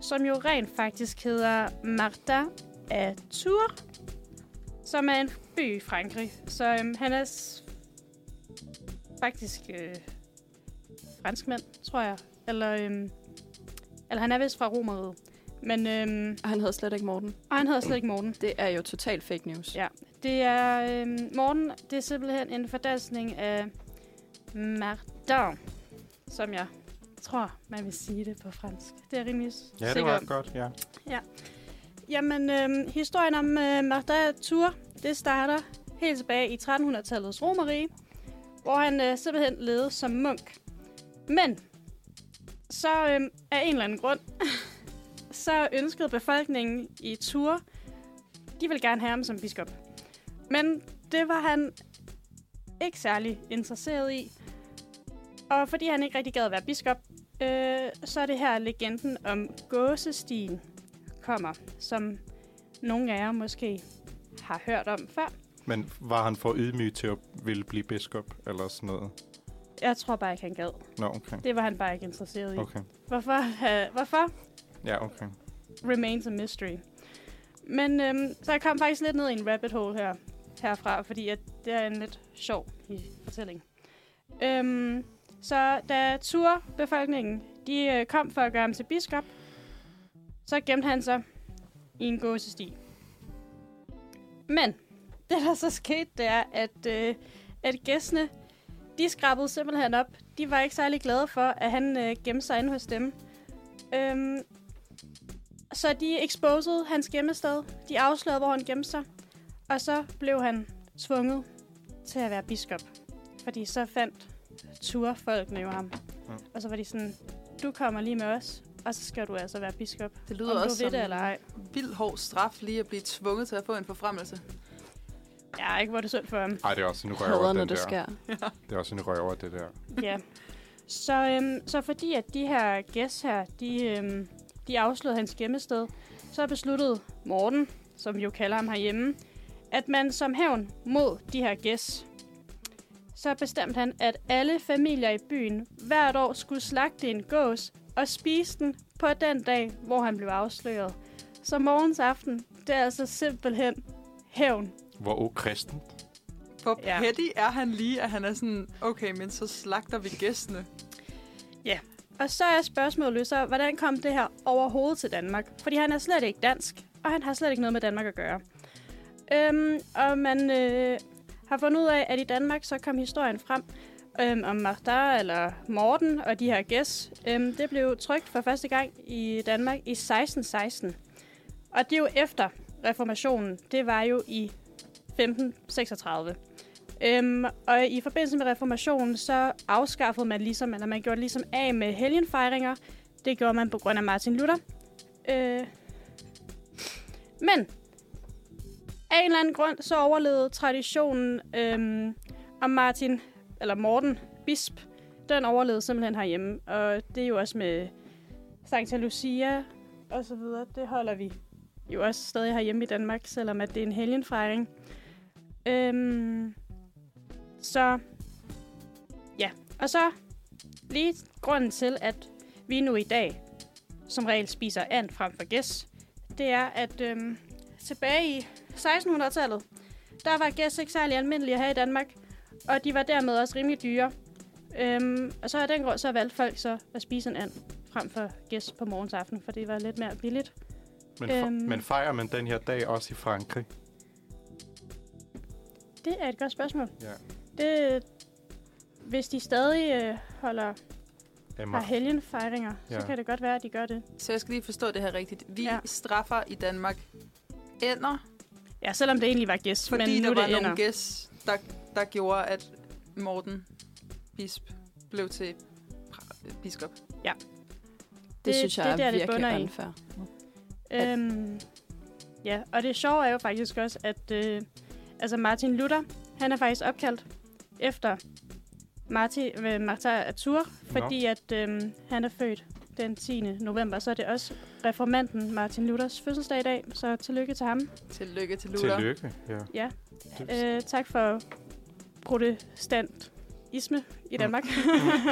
S4: som jo rent faktisk hedder Marta af Tours, som er en by i Frankrig. Så øhm, han er s- faktisk øh, franskmand, tror jeg. Eller, øhm, eller han er vist fra Romeriet. Men øhm,
S2: Og han hedder slet ikke Morten.
S4: og han hedder slet ikke Morten.
S2: Det er jo totalt fake news.
S4: Ja. Det er øhm, Morten, det er simpelthen en fordansning af Martin, som jeg tror, man vil sige det på fransk. Det er jeg rimelig s-
S5: Ja, det
S4: sikker
S5: var
S4: om.
S5: godt. Ja.
S4: Jamen, øhm, historien om øh, Martin Tour, det starter helt tilbage i 1300-tallets Romerige, hvor han øh, simpelthen levede som munk. Men så øhm, af en eller anden grund, så ønskede befolkningen i Tour, de ville gerne have ham som biskop. Men det var han ikke særlig interesseret i. Og fordi han ikke rigtig gad at være biskop, øh, så er det her legenden om gåsestien kommer, som nogle af jer måske har hørt om før.
S5: Men var han for ydmyg til at ville blive biskop eller sådan noget?
S4: Jeg tror bare ikke, han gad.
S5: Nå, okay.
S4: Det var han bare ikke interesseret i. Okay.
S5: Okay.
S4: Hvorfor, uh, hvorfor?
S5: Ja, okay.
S4: Remains a mystery. Men øhm, så jeg kom faktisk lidt ned i en rabbit hole her, herfra, fordi at det er en lidt sjov hi- fortælling. Øhm, så da Tur-befolkningen de, øh, kom for at gøre ham til biskop, så gemte han sig i en gåsesti. Men det, der så skete, det er, at, øh, at gæstene, de skrabede simpelthen op. De var ikke særlig glade for, at han øh, gemte sig inde hos dem. Øhm, så de exposede hans gemmested. De afslørede, hvor han gemte sig. Og så blev han tvunget til at være biskop. Fordi så fandt turfolkene jo ham.
S5: Mm.
S4: Og så var de sådan, du kommer lige med os, og så skal du altså være biskop.
S3: Det
S4: Om
S3: lyder
S4: du
S3: også som
S4: ved det eller ej.
S3: en vild hård straf lige at blive tvunget til at få en forfremmelse.
S4: Ja, ikke hvor det er synd for ham.
S5: Ej, det er også en røver,
S2: Hader, når
S5: den
S2: det
S5: der.
S2: sker.
S5: Det er også en røver, det der.
S4: Ja. Så, øhm, så fordi at de her gæs her, de, øhm, de afslørede hans gemmested, så besluttede Morten, som vi jo kalder ham herhjemme, at man som hævn mod de her gæs, så bestemte han, at alle familier i byen hvert år skulle slagte en gås og spise den på den dag, hvor han blev afsløret. Så morgens aften, det er altså simpelthen hævn.
S5: Hvor okristen.
S3: Hvor
S4: Ja.
S3: ja. petty er han lige, at han er sådan, okay, men så slagter vi gæstene.
S4: Og så er spørgsmålet jo så, hvordan kom det her overhovedet til Danmark? Fordi han er slet ikke dansk, og han har slet ikke noget med Danmark at gøre. Øhm, og man øh, har fundet ud af, at i Danmark så kom historien frem øhm, om Martha eller Morten og de her gæs. Øhm, det blev trygt for første gang i Danmark i 1616. Og det er jo efter reformationen. Det var jo i 1536. Øhm, og i forbindelse med reformationen, så afskaffede man ligesom, eller man gjorde ligesom af med helgenfejringer. Det gjorde man på grund af Martin Luther. Øh. Men af en eller anden grund, så overlevede traditionen øhm, om Martin, eller Morten, bisp, den overlevede simpelthen herhjemme. Og det er jo også med Santa Lucia og så videre. Det holder vi jo også stadig herhjemme i Danmark, selvom at det er en helgenfejring. Øhm, så ja, og så lige grunden til, at vi nu i dag som regel spiser and frem for gæs, det er, at øhm, tilbage i 1600-tallet, der var gæs ikke særlig almindelige her i Danmark, og de var dermed også rimelig dyre. Øhm, og så af den grund, så valgte folk så at spise en and frem for gæs på morgens aften, for det var lidt mere billigt.
S5: Men, fe-
S4: Øhm.
S5: men fejrer man den her dag også i Frankrig?
S4: Det er et godt spørgsmål.
S5: Ja.
S4: Det, hvis de stadig øh, holder
S5: Emma.
S4: har helgenfejringer, ja.
S5: Ja.
S4: så kan det godt være, at de gør det.
S3: Så jeg skal lige forstå det her rigtigt. Vi
S4: Ja.
S3: ja. straffer i Danmark ender,
S4: Ja, selvom det egentlig var gæst,
S3: fordi
S4: men nu
S3: der
S4: er
S3: var
S4: det ender.
S3: nogle gæs, der, der gjorde, at Morten Bisp blev til pra- biskop.
S2: Det,
S4: Det-
S2: det synes jeg
S4: det er
S2: det,
S4: der,
S2: er
S4: det
S2: virkelig
S4: bunder i.
S2: unfair.
S4: Øhm, ja, og det sjove er jo faktisk også, at øh, altså Martin Luther, han er faktisk opkaldt efter Martin, øh, Martha af Tours, fordi at øh, han er født den 10. november, så er det også reformanten Martin Luthers fødselsdag i dag, så tillykke til ham.
S3: Tillykke til Luther.
S5: Tillykke. Ja.
S4: Ja.
S5: Det,
S4: Øh, tak for protestantisme i Danmark.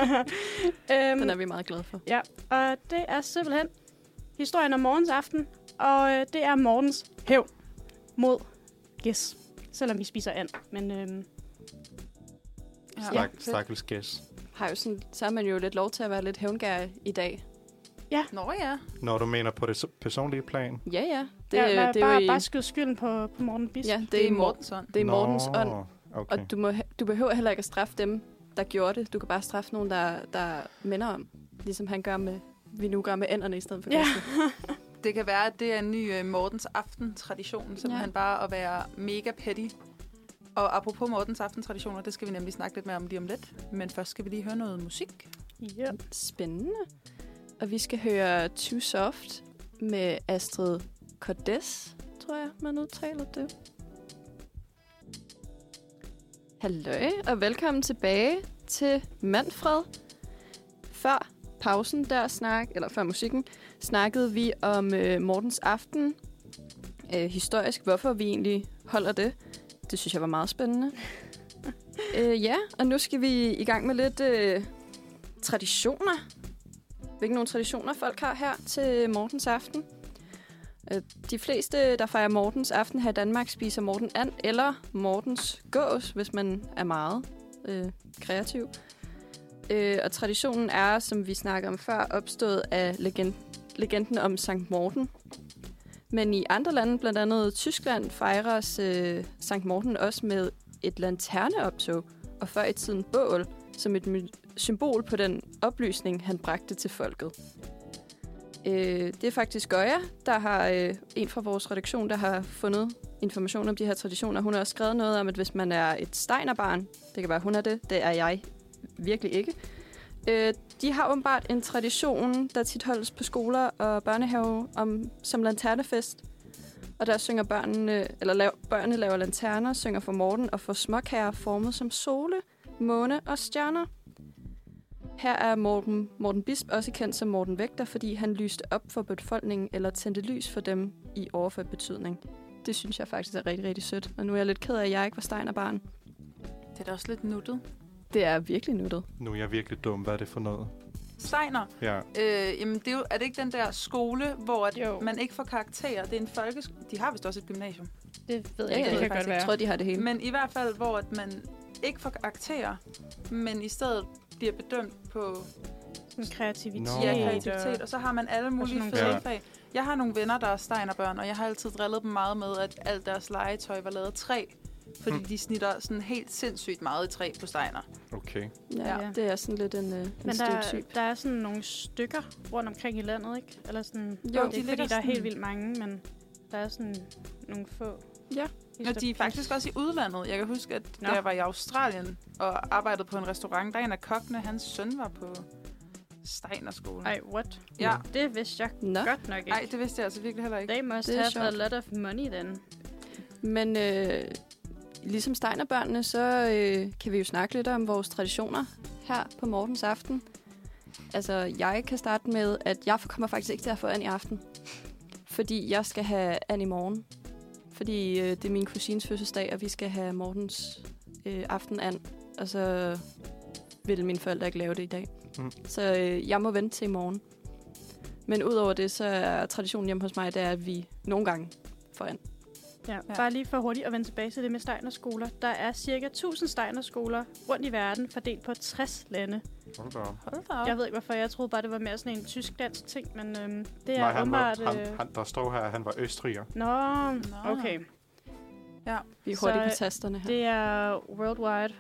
S4: øhm,
S1: Den er vi meget glade for.
S4: Og det er simpelthen historien om morgens aften, og øh, det er morgens hævn mod gæs. Selvom vi spiser and, men øhm,
S3: Ja.
S5: stak,
S2: fedt.
S5: stakkels gæs.
S2: Har jo sådan, så har man jo lidt lov til at være lidt hævngærig i dag.
S3: Nå ja.
S5: Når du mener på det s- personlige plan.
S2: Ja, ja.
S4: det, ja, bare,
S2: det
S4: det bare,
S2: i,
S4: bare skyde skylden på, på Morten Bis.
S2: ja, det
S3: Det
S2: er, i
S3: er
S2: mor-
S3: Mortensson.
S2: det er Mortens
S5: Nå,
S2: ånd.
S5: Okay.
S2: Og du, må, he- du behøver heller ikke at straffe dem, der gjorde det. Du kan bare straffe nogen, der, der minder om. Ligesom han gør med, vi nu gør med ænderne i stedet for
S4: Ja.
S2: gæsten.
S3: Det kan være, at det er en ny øh, Mortens aften-tradition, simpelthen
S2: Ja.
S3: ja. bare at være mega petty. Og apropos Mortens aften-traditioner, det skal vi nemlig snakke lidt mere om lige om lidt. Men først skal vi lige høre noget musik.
S4: Ja.
S2: Spændende. Og vi skal høre Too Soft med Astrid Cordes, tror jeg, man udtaler det. Halløj, og velkommen tilbage til Manfred. Før pausen der snak, eller før musikken, snakkede vi om øh, Mortens Aften. Øh, historisk, hvorfor vi egentlig holder det. Det synes jeg var meget spændende. øh, ja, og nu skal vi i gang med lidt øh, traditioner. Hvilke nogle traditioner folk har her til Mortens aften. Øh, De fleste, der fejrer Mortens aften her i Danmark, spiser Morten and eller Mortens gås, hvis man er meget øh, kreativ. Øh, og traditionen er, som vi snakker om før, opstået af legend- legenden om Sankt Morten. Men i andre lande, blandt andet Tyskland, fejres øh, Sankt Morten også med et lanterneoptog, og før i tiden bål, som et my- symbol på den oplysning, han bragte til folket. Øh, det er faktisk Goya, der har øh, en fra vores redaktion, der har fundet information om de her traditioner. Hun har også skrevet noget om, at hvis man er et steinerbarn, det kan være, hun er det, det er jeg virkelig ikke. Øh, de har åbenbart en tradition, der tit holdes på skoler og børnehave om, som lanternefest. Og der synger børnene, eller lav, børnene laver lanterner, synger for Morten og får småkager formet som sole, måne og stjerner. Her er Morten, Morten Bisp også kendt som Morten Vægter, fordi han lyste op for befolkningen eller tændte lys for dem i overført betydning. Det synes jeg faktisk er rigtig, rigtig sødt. Og nu er jeg lidt ked af, at jeg ikke var steinerbarn.
S3: Det er da også lidt nuttet.
S2: Det er virkelig nuttet.
S5: Nu er jeg virkelig dum. Hvad er det for noget?
S3: Steiner,
S5: Ja,
S3: øh, jamen det er, jo, er det ikke den der skole, hvor at
S4: Jo.
S3: man ikke får karakterer? Det er en folkeskole. De har vist også et gymnasium.
S4: Det ved
S2: Ja,
S4: jeg ikke,
S2: ja,
S4: det
S3: faktisk
S4: kan
S2: Jeg
S4: godt være.
S2: tror, de har det
S4: Mm.
S2: hele.
S3: Men i hvert fald, hvor at man ikke får karakterer, men i stedet bliver bedømt på
S4: Sådan kreativitet. Øh,
S5: Nå.
S3: ja,
S5: Åh.
S3: kreativitet, og så har man alle mulige
S4: nogle
S3: fede
S5: ting.
S3: fag. Jeg har nogle venner, der er steinerbørn, og jeg har altid drillet dem meget med, at alt deres legetøj var lavet af træ. Fordi
S4: Mm.
S5: Hmm.
S3: de snitter sådan helt sindssygt meget i træ på steiner.
S5: okay.
S2: Ja,
S4: Ja.
S2: det er sådan lidt en, øh, en
S4: Men der,
S2: stereotyp.
S4: der er sådan nogle stykker rundt omkring i landet, ikke? Eller sådan,
S2: Jo,
S4: jo, det er
S3: de
S4: ikke,
S3: ligger
S4: fordi der er helt
S3: sådan-
S4: vildt mange, men der er sådan nogle få.
S2: Ja.
S3: Og de er faktisk også i udlandet. Jeg kan huske, at
S4: Nå.
S3: da jeg var i Australien og arbejdede på en restaurant, der er en af kokkene, hans søn var på Steinerskolen.
S4: Ej, what?
S3: Ja.
S4: Det vidste jeg
S2: Nå,
S4: godt nok ikke.
S3: Ej, det vidste jeg altså virkelig heller ikke.
S4: They must
S2: Det er
S4: have
S2: sjovt.
S4: a lot of money then.
S2: men øh, ligesom steinerbørnene, så øh, kan vi jo snakke lidt om vores traditioner her på Mortens Aften. Altså, jeg kan starte med, at jeg kommer faktisk ikke til at få an i aften. Fordi jeg skal have an i morgen. Fordi øh, det er min kusins fødselsdag, og vi skal have Mortens øh, aften an. Og så ville mine forældre ikke lave det i dag.
S5: Mm.
S2: Mm. Så øh, jeg må vente til i morgen. Men udover det, så er traditionen hjemme hos mig, det er, at vi nogle gange får an.
S4: Ja, ja, bare lige for hurtigt at vende tilbage til det med steinerskoler. Der er cirka 1000 steinerskoler rundt i verden, fordelt på 60 lande.
S5: Hold da op.
S3: Hold da op.
S4: Jeg ved ikke hvorfor, jeg troede bare, det var mere sådan en tysk-dansk ting, men øhm, det
S5: Nej,
S4: er
S5: han, var,
S4: åbenbart...
S5: han,
S4: øh,
S5: han, der står her, at han var østriger.
S4: Nå,
S3: Nå.
S4: okay.
S2: Vi er
S4: Så,
S2: hurtigt
S4: øh,
S2: på tasterne her.
S4: Det er worldwide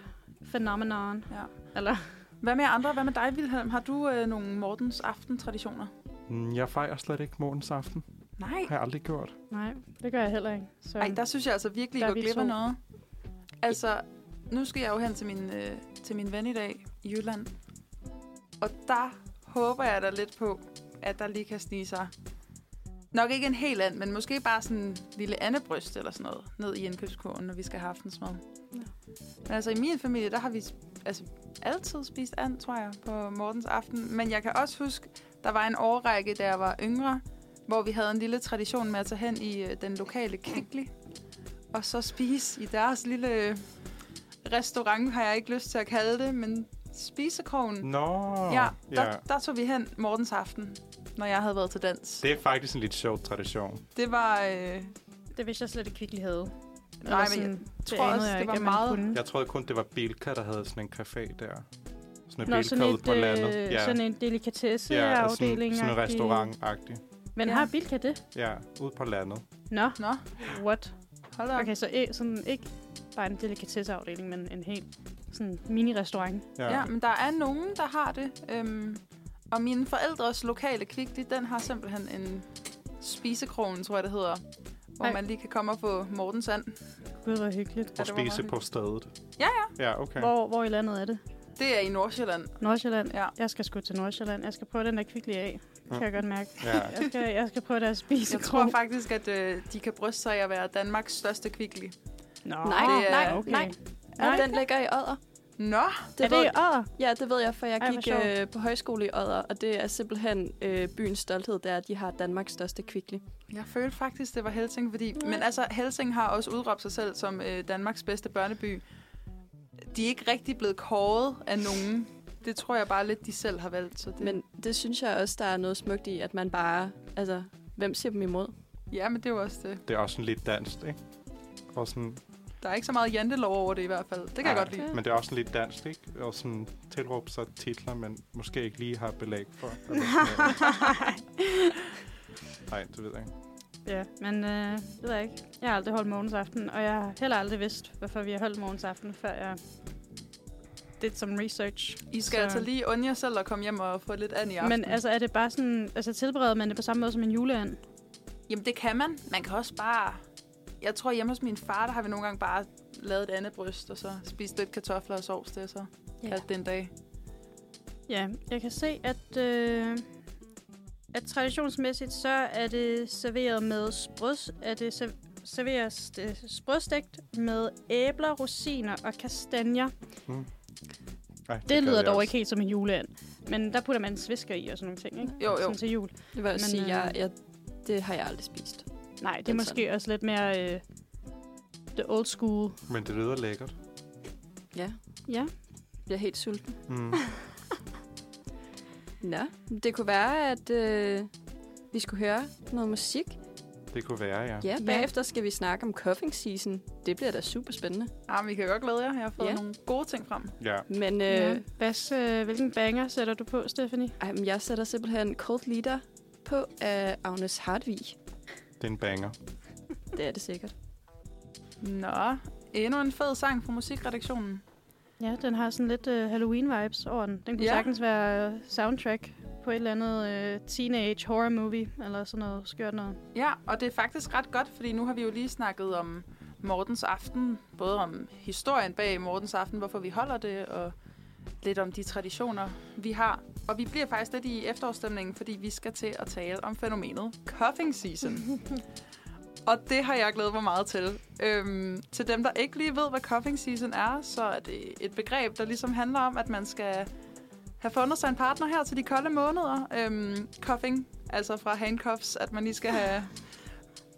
S4: phenomenon.
S3: Ja.
S4: Eller,
S3: Hvad med jer andre? Hvad med dig, Vilhelm? Har du øh, nogle Mortens aftentraditioner?
S5: Mm, Jeg fejrer slet ikke morgens aften.
S3: Nej.
S5: Har jeg aldrig gjort.
S4: nej, det gør jeg heller ikke. Så,
S3: Ej, der synes jeg altså virkelig,
S4: Der
S3: jeg går
S4: er vi
S3: glip af
S4: to.
S3: noget. Altså, nu skal jeg jo hen til min, øh, til min ven i dag i Jylland. Og der håber jeg da lidt på, at der lige kan snige sig. Nok ikke en helt and, men måske bare sådan en lille andebryst eller sådan noget, ned i indkøbskurven, når vi skal have aftensmad.
S2: Ja.
S3: Men altså i min familie, der har vi altså, altid spist and, tror jeg, på Mortens aften. Men jeg kan også huske, der var en årrække, da jeg var yngre, hvor vi havde en lille tradition med at tage hen i øh, den lokale Kvickly, og så spise i deres lille øh, restaurant, har jeg ikke lyst til at kalde det, men
S4: Mm.
S3: spisekrogen.
S5: Nå,
S3: Ja, der,
S5: ja.
S3: der tog vi hen Mortens aften, når jeg havde været til dans.
S5: Det er faktisk en lidt sjov tradition.
S3: Det var... Øh,
S4: Det vidste jeg slet ikke virkelig havde. Eller
S3: men
S4: sådan,
S3: jeg
S4: det
S3: tror også,
S4: anede
S3: det
S4: jeg ikke,
S3: var
S4: at man
S3: meget-
S4: kunne.
S5: Jeg troede kun, det var Bilka, der havde sådan en café der. Sådan en
S4: Nå,
S5: Bilka
S4: sådan,
S5: ude
S4: et,
S5: på landet.
S4: øh, sådan en delikatesse
S5: ja, og
S4: afdeling.
S5: sådan, sådan en restaurant-agtig.
S4: Men
S3: Ja.
S4: har Bilka det?
S5: Ja, ude på landet.
S4: Nå,
S3: nå,
S4: what?
S3: hold da op.
S4: Okay, så e- sådan ikke bare en delikatesseafdeling, men en helt sådan mini-restaurant.
S5: Ja.
S3: Ja, men der er nogen, der har det. Øhm, og mine forældres lokale Kvickly, den har simpelthen en spisekrogen, tror jeg, det hedder. Hvor
S4: Ej.
S3: man lige kan komme og få Mortens and.
S4: Gud, hvor hyggeligt.
S3: det
S5: Og
S3: var
S5: spise
S3: meget
S5: på stedet.
S3: Ja,
S5: ja. Ja, okay.
S4: Hvor, hvor i landet er det?
S3: Det er i Nordsjælland.
S4: Nordsjælland?
S3: Ja.
S4: Jeg skal sgu til Nordsjælland. Jeg skal prøve den der kvickly af. Det kan jeg godt mærke.
S5: Ja.
S4: Jeg skal, jeg skal prøve deres spise.
S3: Jeg tror faktisk, at øh, de kan bryste sig af at være Danmarks største Kvickly.
S4: Nå,
S2: Nej,
S3: det er-
S2: nej,
S4: okay.
S2: nej.
S4: Nej.
S2: Ja, den ligger i Odder.
S3: Nå,
S4: er
S2: ved,
S4: det i Odder?
S2: Ja, det ved jeg, for jeg
S4: Ej, hvor
S2: gik
S4: sjovt.
S2: øh, på højskole i Odder, og det er simpelthen øh, byens stolthed, det er, at de har Danmarks største kvickly.
S3: jeg følte faktisk, det var Helsing, fordi... Men altså, Helsing har også udråbt sig selv som øh, Danmarks bedste børneby. De er ikke rigtig blevet kåret af nogen. Det tror jeg bare lidt, de selv har valgt. Så det...
S2: Men det synes jeg også, der er noget smukt i, at man bare, altså, hvem siger dem imod?
S3: Ja, men det er jo også det.
S5: Det er også sådan lidt dansk, ikke? Og sådan,
S3: Der er ikke så meget jantelov over det i hvert fald. Det kan jeg
S5: Ej,
S3: godt lide.
S5: Men det er også sådan lidt dansk, ikke? Og sådan tilråb sig titler, man måske ikke lige har belæg for. eller sådan noget. Nej, det ved jeg ikke.
S4: Ja, men øh, det ved jeg ikke. Jeg har aldrig holdt morgensaften, og jeg har heller aldrig vidst, hvorfor vi har holdt morgensaften, før jeg did some research.
S3: I skal
S4: Så-
S3: så... altså lige undre jer selv at komme hjem og få lidt and i
S4: Ja,
S3: aften.
S4: men altså, er det bare sådan, altså tilbereder man det på samme måde som en juleand?
S3: Jamen, det kan man. Man kan også bare... Jeg tror, hjemme hos min far, der har vi nogle gange bare lavet et andet bryst, og så spist lidt kartofler og sovs til, så
S4: Ja.
S3: yeah. alt den dag.
S4: Ja, jeg kan se, at, øh, at traditionsmæssigt, så er det serveret med sprøds, er det ser, serveres det sprødstegt med æbler, rosiner og kastanjer.
S5: Ej,
S4: Det, det
S5: gør
S4: lyder
S5: jeg
S4: dog
S5: også.
S4: ikke helt som en juleand, men der putter man svisker i og sådan nogle ting, ikke?
S3: Jo, jo.
S4: Sådan til jul.
S2: Det vil jeg
S4: Men,
S2: sige,
S4: øh,
S2: jeg, jeg, det har jeg aldrig spist.
S4: Nej, det er
S2: Den
S4: måske også lidt mere øh, the old school.
S5: Men det lyder lækkert.
S2: Ja,
S4: Ja.
S2: jeg bliver helt sulten.
S5: Mm.
S2: Nå, det kunne være, at øh, vi skulle høre noget musik.
S5: Det kunne være, ja.
S2: Ja,
S4: Ja.
S2: bagefter skal vi snakke om cuffing season. Det bliver da super spændende.
S3: Ah, men I kan godt glæde jer. Jeg har fået
S2: Ja.
S3: yeah. nogle gode ting frem.
S5: ja.
S2: Men øh,
S4: Øh.
S2: ja.
S4: Ja. Hvad, øh, hvilken banger sætter du på, Stephanie?
S2: ej, men jeg sætter simpelthen Cold Leader på af Agnes Hartvig.
S5: Det er en banger.
S2: Det er det sikkert.
S3: Nå, endnu en fed sang fra musikredaktionen.
S4: Ja, den har sådan lidt øh, Halloween-vibes over den. Den kunne
S3: Ja.
S4: ja. sagtens være øh, soundtrack på et eller andet øh, teenage horror movie, eller sådan noget skørt noget.
S3: Ja, og det er faktisk ret godt, fordi nu har vi jo lige snakket om Mortens Aften. Både om historien bag Mortens Aften, hvorfor vi holder det, og lidt om de traditioner, vi har. Og vi bliver faktisk lidt i efterårsstemningen, fordi vi skal til at tale om fænomenet cuffing season. og det har jeg glædet mig meget til. Øhm, til dem, der ikke lige ved, hvad cuffing season er, så er det et begreb, der ligesom handler om, at man skal have fundet sig en partner her til de kolde måneder. Øhm, cuffing, altså fra handcuffs, at man lige skal have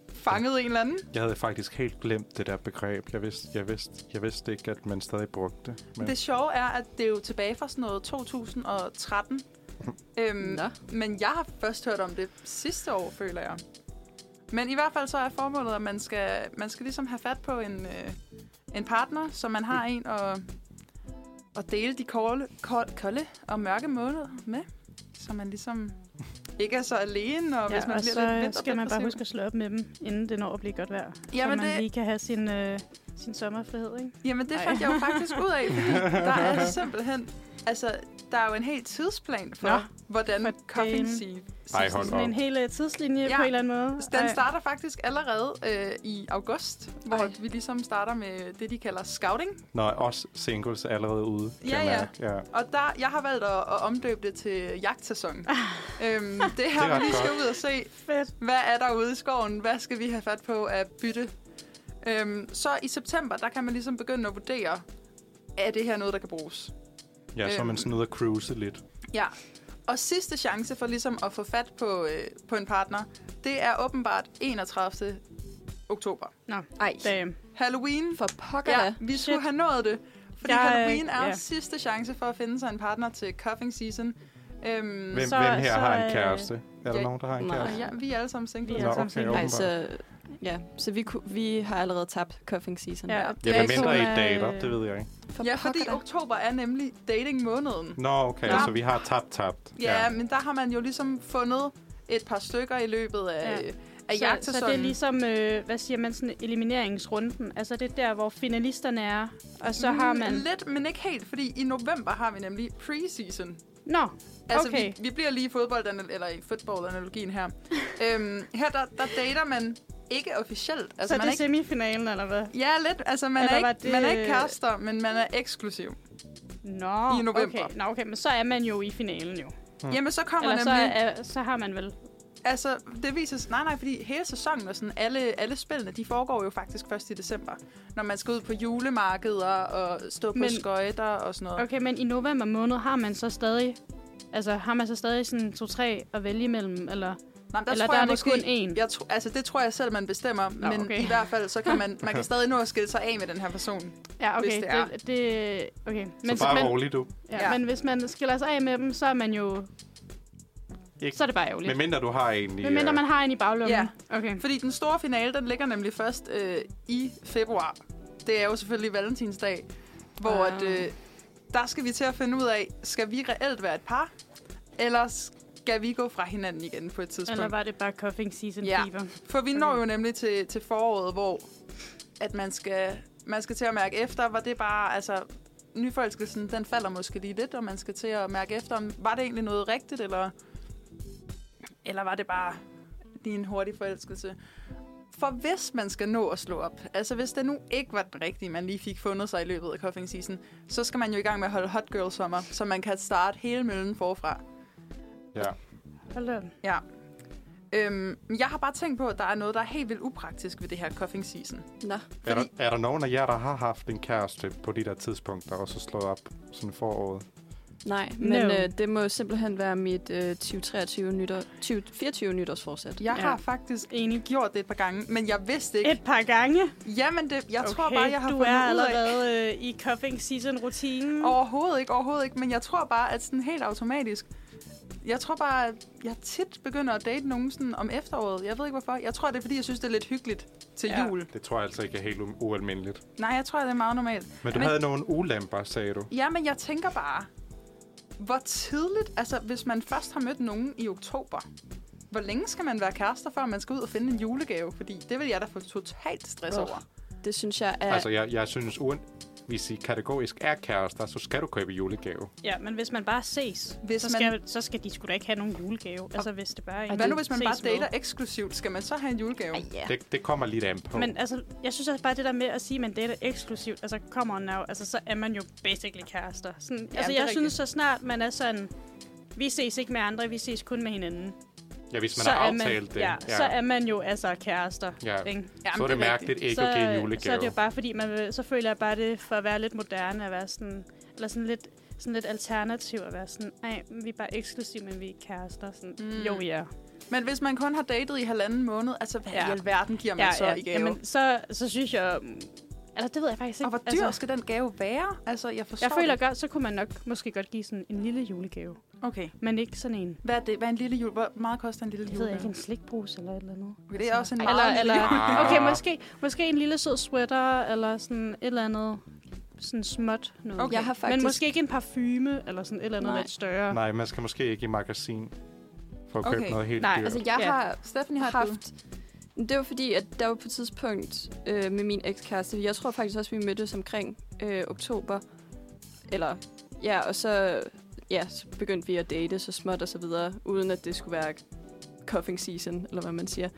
S3: fanget en eller anden.
S5: Jeg havde faktisk helt glemt det der begreb. Jeg vidste, jeg vidste, jeg vidste ikke, at man stadig brugte det. Men
S3: Det sjove er, at det er jo tilbage fra sådan noget 2013. øhm,
S2: Nå.
S3: men jeg har først hørt om det sidste år, føler jeg. Men i hvert fald så er formålet, at man skal, man skal ligesom have fat på en, øh, en partner, så man har en at, at dele de kolde, kolde, kolde og mørke måneder med. Så man ligesom ikke er så alene, og ja, hvis man
S4: og
S3: bliver
S4: så
S3: lidt
S4: øh,
S3: vinter-
S4: skal man bare
S3: depressiv.
S4: huske at slå op med dem, inden det når at blive godt vejr.
S3: Jamen,
S4: så man
S3: det-
S4: lige kan have sin, øh, sin sommerfrihed, ikke?
S3: Jamen, det
S4: Ej.
S3: fandt jeg jo faktisk ud af, fordi der er simpelthen... Altså, der er jo en helt tidsplan for, Nå,
S4: Nå,
S3: hvordan
S4: for
S3: cuffing
S4: dælen.
S3: se-
S5: Ej,
S3: season-
S5: hold
S4: Sådan
S5: op.
S4: en hel øh, tidslinje
S3: Ja.
S4: ja. på en eller anden måde.
S3: Den
S4: Ej.
S3: starter faktisk allerede øh, i august, hvor
S2: Ej.
S3: vi ligesom starter med det, de kalder scouting.
S5: Nå, også singles er allerede ude, kan
S3: Ja,
S5: jeg
S3: ja.
S5: mærke. Ja.
S3: Og der, jeg har valgt at, at omdøbe det til jagtsæson. øhm, det er
S5: Det er
S3: her, vi lige
S5: ret
S3: skal
S5: godt.
S3: ud og se,
S4: Ah. Fedt.
S3: hvad er der ude i skoven? Hvad skal vi have fat på af bytte? Øhm, så i september, der kan man ligesom begynde at vurdere, er det her noget, der kan bruges?
S5: ja, så er
S3: Øhm.
S5: man sådan ude at cruise lidt.
S3: Ja. Og sidste chance for ligesom at få fat på, øh, på en partner, det er åbenbart 31. oktober.
S2: Ej,
S4: Damn.
S3: Halloween.
S2: for pokker
S3: Ja,
S2: da.
S3: vi
S4: Shit.
S3: skulle have nået det. Fordi
S4: Jeg, øh,
S3: Halloween er
S4: ja.
S3: sidste chance for at finde sig en partner til cuffing season. Øhm,
S5: Hvem,
S4: Så-
S5: så, hvem her
S4: så,
S5: har en
S4: øh,
S5: kæreste? Er der
S3: jeg-
S5: nogen, der har en
S2: nej.
S5: kæreste?
S3: og ja, vi er alle sammen single.
S4: Vi
S5: Nå,
S4: er
S5: okay,
S4: altså single.
S2: Ej,
S5: åbenbart.
S2: så, ja, så vi, ku- vi har allerede tabt cuffing season.
S4: Ja,
S2: Ja.
S4: og
S5: Ja,
S4: det er
S5: hvad
S4: ikke
S5: mindre I
S4: corona,
S5: dater,
S4: øh,
S5: det ved jeg ikke.
S2: For
S3: Ja, fordi
S2: pokker da.
S3: oktober er nemlig dating-måneden.
S5: Nå, okay,
S3: Nå.
S5: så vi har tabt, tabt.
S3: Ja, ja, men der har man jo ligesom fundet et par stykker i løbet af,
S4: Ja.
S3: ja. af
S4: så,
S3: jagtsæsonen.
S4: så det er ligesom, øh, hvad siger man, sådan elimineringsrunden. Altså det er der, hvor finalisterne er, og så har
S3: Mm,
S4: man...
S3: Lidt, men ikke helt, fordi i november har vi nemlig preseason.
S4: Nå,
S3: Altså,
S4: Okay.
S3: vi, vi bliver lige i fodbold, eller i fodboldanalogien her. øhm, her, der, der dater man ikke officielt. Altså,
S4: så
S3: man
S4: det er
S3: er ikke,
S4: semifinalen, eller hvad?
S3: ja, lidt. Altså, man
S4: Eller
S3: er,
S4: var
S3: ikke,
S4: det-
S3: man er ikke kærester, men man er eksklusiv.
S4: Nå,
S3: I november.
S4: Okay. Nå, okay, men så er man jo i finalen jo.
S5: Mm.
S3: Jamen, så kommer
S4: Eller så,
S3: nemlig...
S4: er, så har man vel...
S3: Altså, det viser sig... Nej, nej, fordi hele sæsonen og sådan, alle, alle spillene, de foregår jo faktisk først i december. Når man skal ud på julemarkeder og stå på men...
S4: Men-
S3: skøjter og sådan noget.
S4: Okay, men i november måned har man så stadig... Altså, har man så stadig sådan to-tre at vælge imellem, eller...
S3: Nej, men der
S4: Eller
S3: tror
S4: der
S3: jeg
S4: er det
S3: måske,
S4: kun én?
S3: Jeg tro, altså, det tror jeg selv, man bestemmer. Nå, men okay.
S4: okay.
S3: i hvert fald, så kan man, man kan stadig nå at skille sig af med den her person.
S4: Ja, okay,
S3: Hvis det er.
S4: det, det okay.
S5: Men, så bare
S4: men,
S5: rolig, du.
S4: ja,
S3: Ja.
S4: men hvis man skiller sig af med dem, så er man jo...
S5: Ikke-
S4: Så er det bare ærgerligt.
S5: Men mindre du har en i...
S4: Men mindre
S5: øh,
S4: man har en i baglommen.
S3: Ja.
S4: Okay.
S3: Fordi den store finale, den ligger nemlig først øh, i februar. Det er jo selvfølgelig valentinsdag, hvor
S4: Ah.
S2: Wow.
S3: at, øh, der skal vi til at finde ud af, skal vi reelt være et par, eller skal vi gå fra hinanden igen på et tidspunkt?
S4: Eller var det bare cuffing season
S3: Ja.
S4: fever?
S3: For vi når jo nemlig til, til foråret, hvor at man skal, man skal til at mærke efter, var det bare, altså nyforelskelsen, den falder måske lige lidt, og man skal til at mærke efter, om var det egentlig noget rigtigt, eller, eller var det bare lige en hurtig forelskelse. For hvis man skal nå at slå op, altså hvis det nu ikke var den rigtige, man lige fik fundet sig i løbet af cuffing season, så skal man jo i gang med at holde hot girl sommer, så man kan starte hele møllen forfra.
S5: Ja.
S4: Hold da op.
S3: Ja. Øhm, men jeg har bare tænkt på, at der er noget, der er helt vildt upraktisk ved det her cuffing season.
S2: Nå,
S5: Er, der, er der nogen af jer, der har haft en kæreste på de der tidspunkter, og så slået op sådan i foråret?
S2: Nej, men
S4: No.
S2: øh, det må simpelthen være mit øh, 2023 nytår, 2024 nytårsforsæt.
S3: Jeg
S4: Ja.
S3: har faktisk
S4: Enig.
S3: gjort det et par gange, men jeg vidste ikke.
S4: Et par gange.
S3: Jamen, det, jeg tror bare, jeg har
S4: du
S3: fundet
S4: er
S3: ud af...
S4: allerede øh, i cuffing season-rutinen.
S3: Overhovedet ikke, overhovedet ikke. Men jeg tror bare, at sådan helt automatisk... Jeg tror bare, at jeg tit begynder at date nogen sådan om efteråret. Jeg ved ikke hvorfor. Jeg tror, det er, fordi jeg synes, det er lidt hyggeligt til
S4: Ja.
S3: ja. jul.
S5: Det tror jeg altså ikke er helt u- ualmindeligt.
S3: Nej, jeg tror, det er meget normalt.
S5: Men du
S3: Men-
S5: havde nogle ulemper, sagde du.
S3: Ja, men jeg tænker bare, hvor tidligt... Altså, hvis man først har mødt nogen i oktober, hvor længe skal man være kærester, før man skal ud og finde en julegave? Fordi det vil jeg da få totalt stress
S2: Åh.
S3: over.
S2: Det synes jeg er...
S5: Ja. Altså, jeg, jeg synes, uden, hvis I kategorisk er kærester, så skal du købe julegave.
S4: Ja, men hvis man bare ses,
S3: Hvis
S4: så, skal, man... så skal de sgu da ikke have nogen julegave. Altså, hvis det bare er en
S3: Hvad nu, hvis man bare
S4: ses med.
S3: dater eksklusivt? Skal man så have en julegave?
S2: Ej, ja.
S5: Ja. Det, det kommer lidt an på.
S4: Men altså, jeg synes også bare, det der med at sige, at man dater eksklusivt, altså, come on now, altså, så er man jo basically kærester. Sådan, ja,
S3: Ja,
S4: altså,
S3: det er
S4: jeg synes,
S3: rigtigt.
S4: så snart man er sådan, vi ses ikke med andre, vi ses kun med hinanden.
S5: ja, hvis man
S4: så
S5: har
S4: er man,
S5: aftalt det.
S4: Ja, ja, så er man jo altså kærester.
S5: Ja.
S4: Ikke?
S3: Jamen,
S5: så er det,
S3: rigtigt.
S5: mærkeligt ikke
S4: så,
S5: at give en julegave.
S4: så er det jo bare fordi, man vil, så føler jeg bare det for at være lidt moderne, at være sådan, eller sådan lidt, sådan lidt alternativ at være sådan, nej, vi er bare eksklusive, men vi er ikke kærester. Sådan, mm.
S3: Mm.
S4: Jo, vi er.
S3: Men hvis man kun har datet i halvanden måned, altså hvad
S4: Ja.
S3: ja. i alverden giver man ja, så ja. i gave?
S4: Jamen, så, så synes jeg... mm, Altså, det ved jeg faktisk ikke.
S3: og hvor dyr
S4: altså,
S3: altså, skal den gave være? Altså, jeg forstår
S4: jeg føler
S3: det.
S4: godt, så kunne man nok måske godt give sådan en lille julegave.
S3: Okay.
S4: Men ikke sådan en.
S3: Hvad er, det? Hvad er en lille jul? Hvor meget koster en lille
S4: Det
S3: jul?
S4: ved jeg ikke, en slikpose eller et eller andet.
S3: Okay, det er også en
S4: Ej,
S3: meget
S4: eller,
S3: lille
S4: eller,
S5: julegave.
S4: Okay, måske, måske en lille sød sweater, eller sådan et eller andet sådan småt noget.
S3: Okay.
S2: Jeg har faktisk...
S4: Men måske ikke en parfume, eller sådan et eller andet
S2: Nej.
S4: lidt større.
S5: Nej, man skal måske ikke i magasin for at købe
S3: Okay.
S5: noget helt
S4: Nej,
S5: dyrt.
S2: Altså, jeg
S4: Ja.
S2: ja. har
S3: Stephanie har
S2: har
S3: et bud.
S2: haft... Det var fordi, at der var på et tidspunkt øh, med min ekskæreste, jeg tror faktisk også, vi mødtes omkring øh, oktober, eller ja, og så, ja, så begyndte vi at date så småt og så videre, uden at det skulle være cuffing season, eller hvad man siger.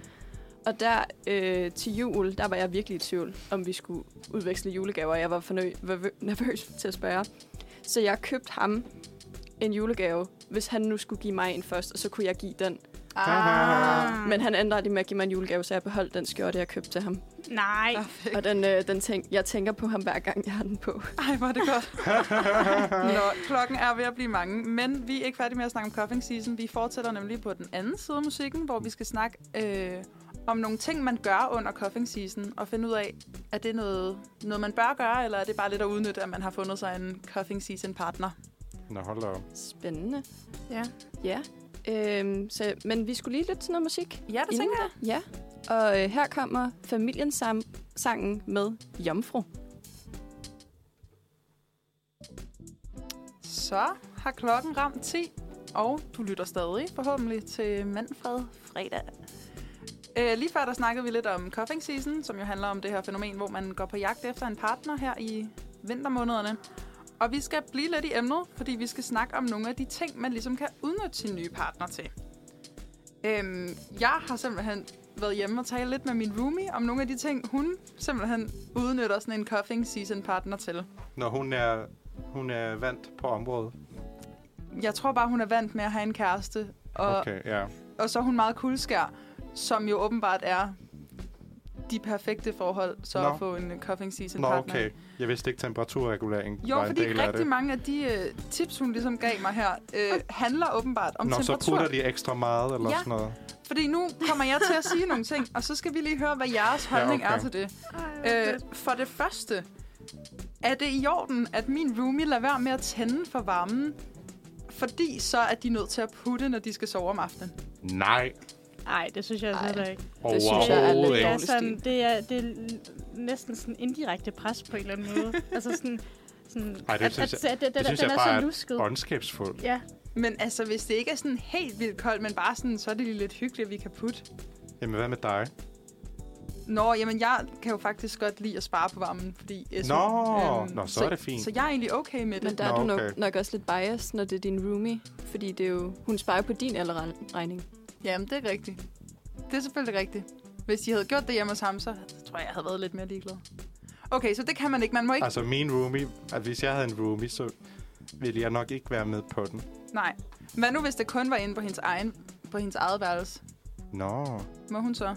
S2: Og der øh, til jul, der var jeg virkelig i tvivl, om vi skulle udveksle julegaver. Jeg var, fornø- var vø- nervøs til at spørge. Så jeg købte ham en julegave, hvis han nu skulle give mig en først, og så kunne jeg give den.
S3: Ah,
S2: Men han ændrede det med at give mig en julegave, så jeg beholdt den skjorte, jeg købte til ham.
S4: Nej.
S3: perfekt.
S2: Og den, øh, den tænk, jeg tænker på ham hver gang, jeg har den på.
S3: Ej, hvor er det godt. Nå, klokken er ved at blive mange, men vi er ikke færdige med at snakke om cuffing season. Vi fortsætter nemlig på den anden side af musikken, hvor vi skal snakke øh, om nogle ting, man gør under cuffing season, og finde ud af, er det noget, noget, man bør gøre, eller er det bare lidt at udnytte, at man har fundet sig en cuffing season partner?
S5: Nå, hold da op.
S2: Spændende.
S4: Ja.
S2: Ja. Øhm, så, men vi skulle lige lytte til noget musik.
S3: Ja, det
S2: inden
S3: tænker jeg.
S2: da. Ja. Og øh, her kommer familien sam- sangen med Jomfru.
S3: Så har klokken ramt 10, og du lytter stadig forhåbentlig til Manfred fredag. Øh, lige før der snakkede vi lidt om cuffing season, som jo handler om det her fænomen, hvor man går på jagt efter en partner her i vintermånederne. Og vi skal blive lidt i emnet, fordi vi skal snakke om nogle af de ting, man ligesom kan udnytte sin nye partner til. Øhm, jeg har simpelthen været hjemme og tale lidt med min roomie om nogle af de ting, hun simpelthen udnytter sådan en cuffing season partner til.
S5: Når hun er, hun er vandt på området.
S3: Jeg tror bare, hun er vant med at have en kæreste. Og, okay.
S5: Okay, ja.
S3: og så er hun meget kuldskær, som jo åbenbart er de perfekte forhold, så
S5: Nå.
S3: at få en øh, cuffing season
S5: Nå,
S3: partner.
S5: okay. Jeg vidste ikke, temperaturregulering
S3: Jo,
S5: var en
S3: fordi
S5: del af
S3: rigtig
S5: det.
S3: mange af de øh, tips, hun ligesom gav mig her, øh, handler åbenbart om
S5: Nå, så
S3: temperatur.
S5: putter de ekstra meget eller
S3: Ja.
S5: sådan noget.
S3: Fordi nu kommer jeg til at sige nogle ting, og så skal vi lige høre, hvad jeres holdning
S5: okay.
S3: er til det.
S4: Ah.
S3: Øh, for det første, er det i orden, at min roomie lader være med at tænde for varmen, fordi så er de nødt til at putte, når de skal sove om aftenen?
S5: Nej,
S4: Nej, det synes jeg
S2: Ej.
S4: slet ikke.
S2: synes jeg er lidt
S5: overhovedet
S4: det,
S5: ikke.
S4: er
S2: dårlig
S4: sådan,
S2: stil.
S4: det, er, det er l- næsten sådan indirekte pres på en eller anden måde. altså sådan... sådan
S5: Ej, det synes
S4: at, at, at,
S5: det synes
S4: den
S5: jeg
S4: er
S5: bare
S4: så
S5: er
S4: lusket.
S5: Åndskabsfuldt.
S4: Ja,
S3: Men altså, hvis det ikke er sådan helt vildt koldt, men bare sådan, så er det lige lidt hyggeligt, at vi kan putte.
S5: Jamen, hvad med dig?
S3: Nå, jamen, jeg kan jo faktisk godt lide at spare på varmen, fordi SU,
S5: Nå, Nå så
S3: så
S5: er det fint.
S3: Så jeg er egentlig okay med det.
S2: Men der er
S5: Nå,
S2: du nok,
S5: okay.
S2: nok også lidt bias, når det er din roomie. Fordi det er jo, hun sparer på din regning.
S3: Jamen, det er rigtigt. Det er selvfølgelig rigtigt. Hvis de havde gjort det hjemme hos ham, så tror jeg, jeg havde været lidt mere ligeglad. Okay, så det kan man ikke. Man må ikke... Altså,
S5: Altså, min roomie, at hvis jeg havde en roomie, så ville jeg nok ikke være med på den.
S3: Nej. Hvad nu, hvis det kun var inde på hendes, egen, på hendes eget værelse?
S5: Nå,
S3: Må hun så?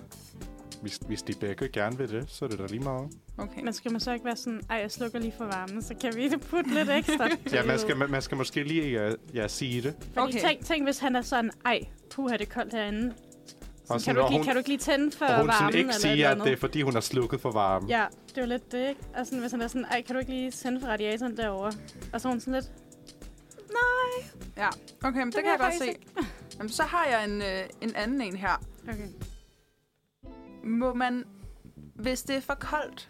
S5: hvis, hvis de begge gerne vil det, så er det da lige meget.
S3: Okay.
S4: Men skal man så ikke være sådan, ej, jeg slukker lige for varmen, så kan vi putte lidt ekstra til?"
S5: Ja, man skal, man, man skal måske lige ja, ja, sige det.
S4: Fordi
S3: Okay.
S4: okay. tænk, tænk, hvis han er sådan, ej, puha, det er koldt herinde. Så
S5: Og
S4: kan,
S5: sådan,
S4: du
S5: og
S4: ikke, lige-
S5: hun-
S4: kan du ikke lige tænde for
S5: Og hun
S4: varmen
S5: sådan ikke
S4: eller et
S5: siger, at
S4: eller
S5: det er,
S4: andet?
S5: fordi hun har slukket for varmen.
S4: Ja, det er jo lidt det, ikke? Og sådan, hvis han er sådan, ej, kan du ikke lige tænde for radiatoren derovre? Og så er hun sådan lidt, nej.
S3: Okay, men det,
S4: Det
S3: det kan jeg
S4: vil jeg
S3: godt se. Jamen, så har jeg en, øh, en anden en her.
S4: Okay.
S3: Må man, hvis det er for koldt,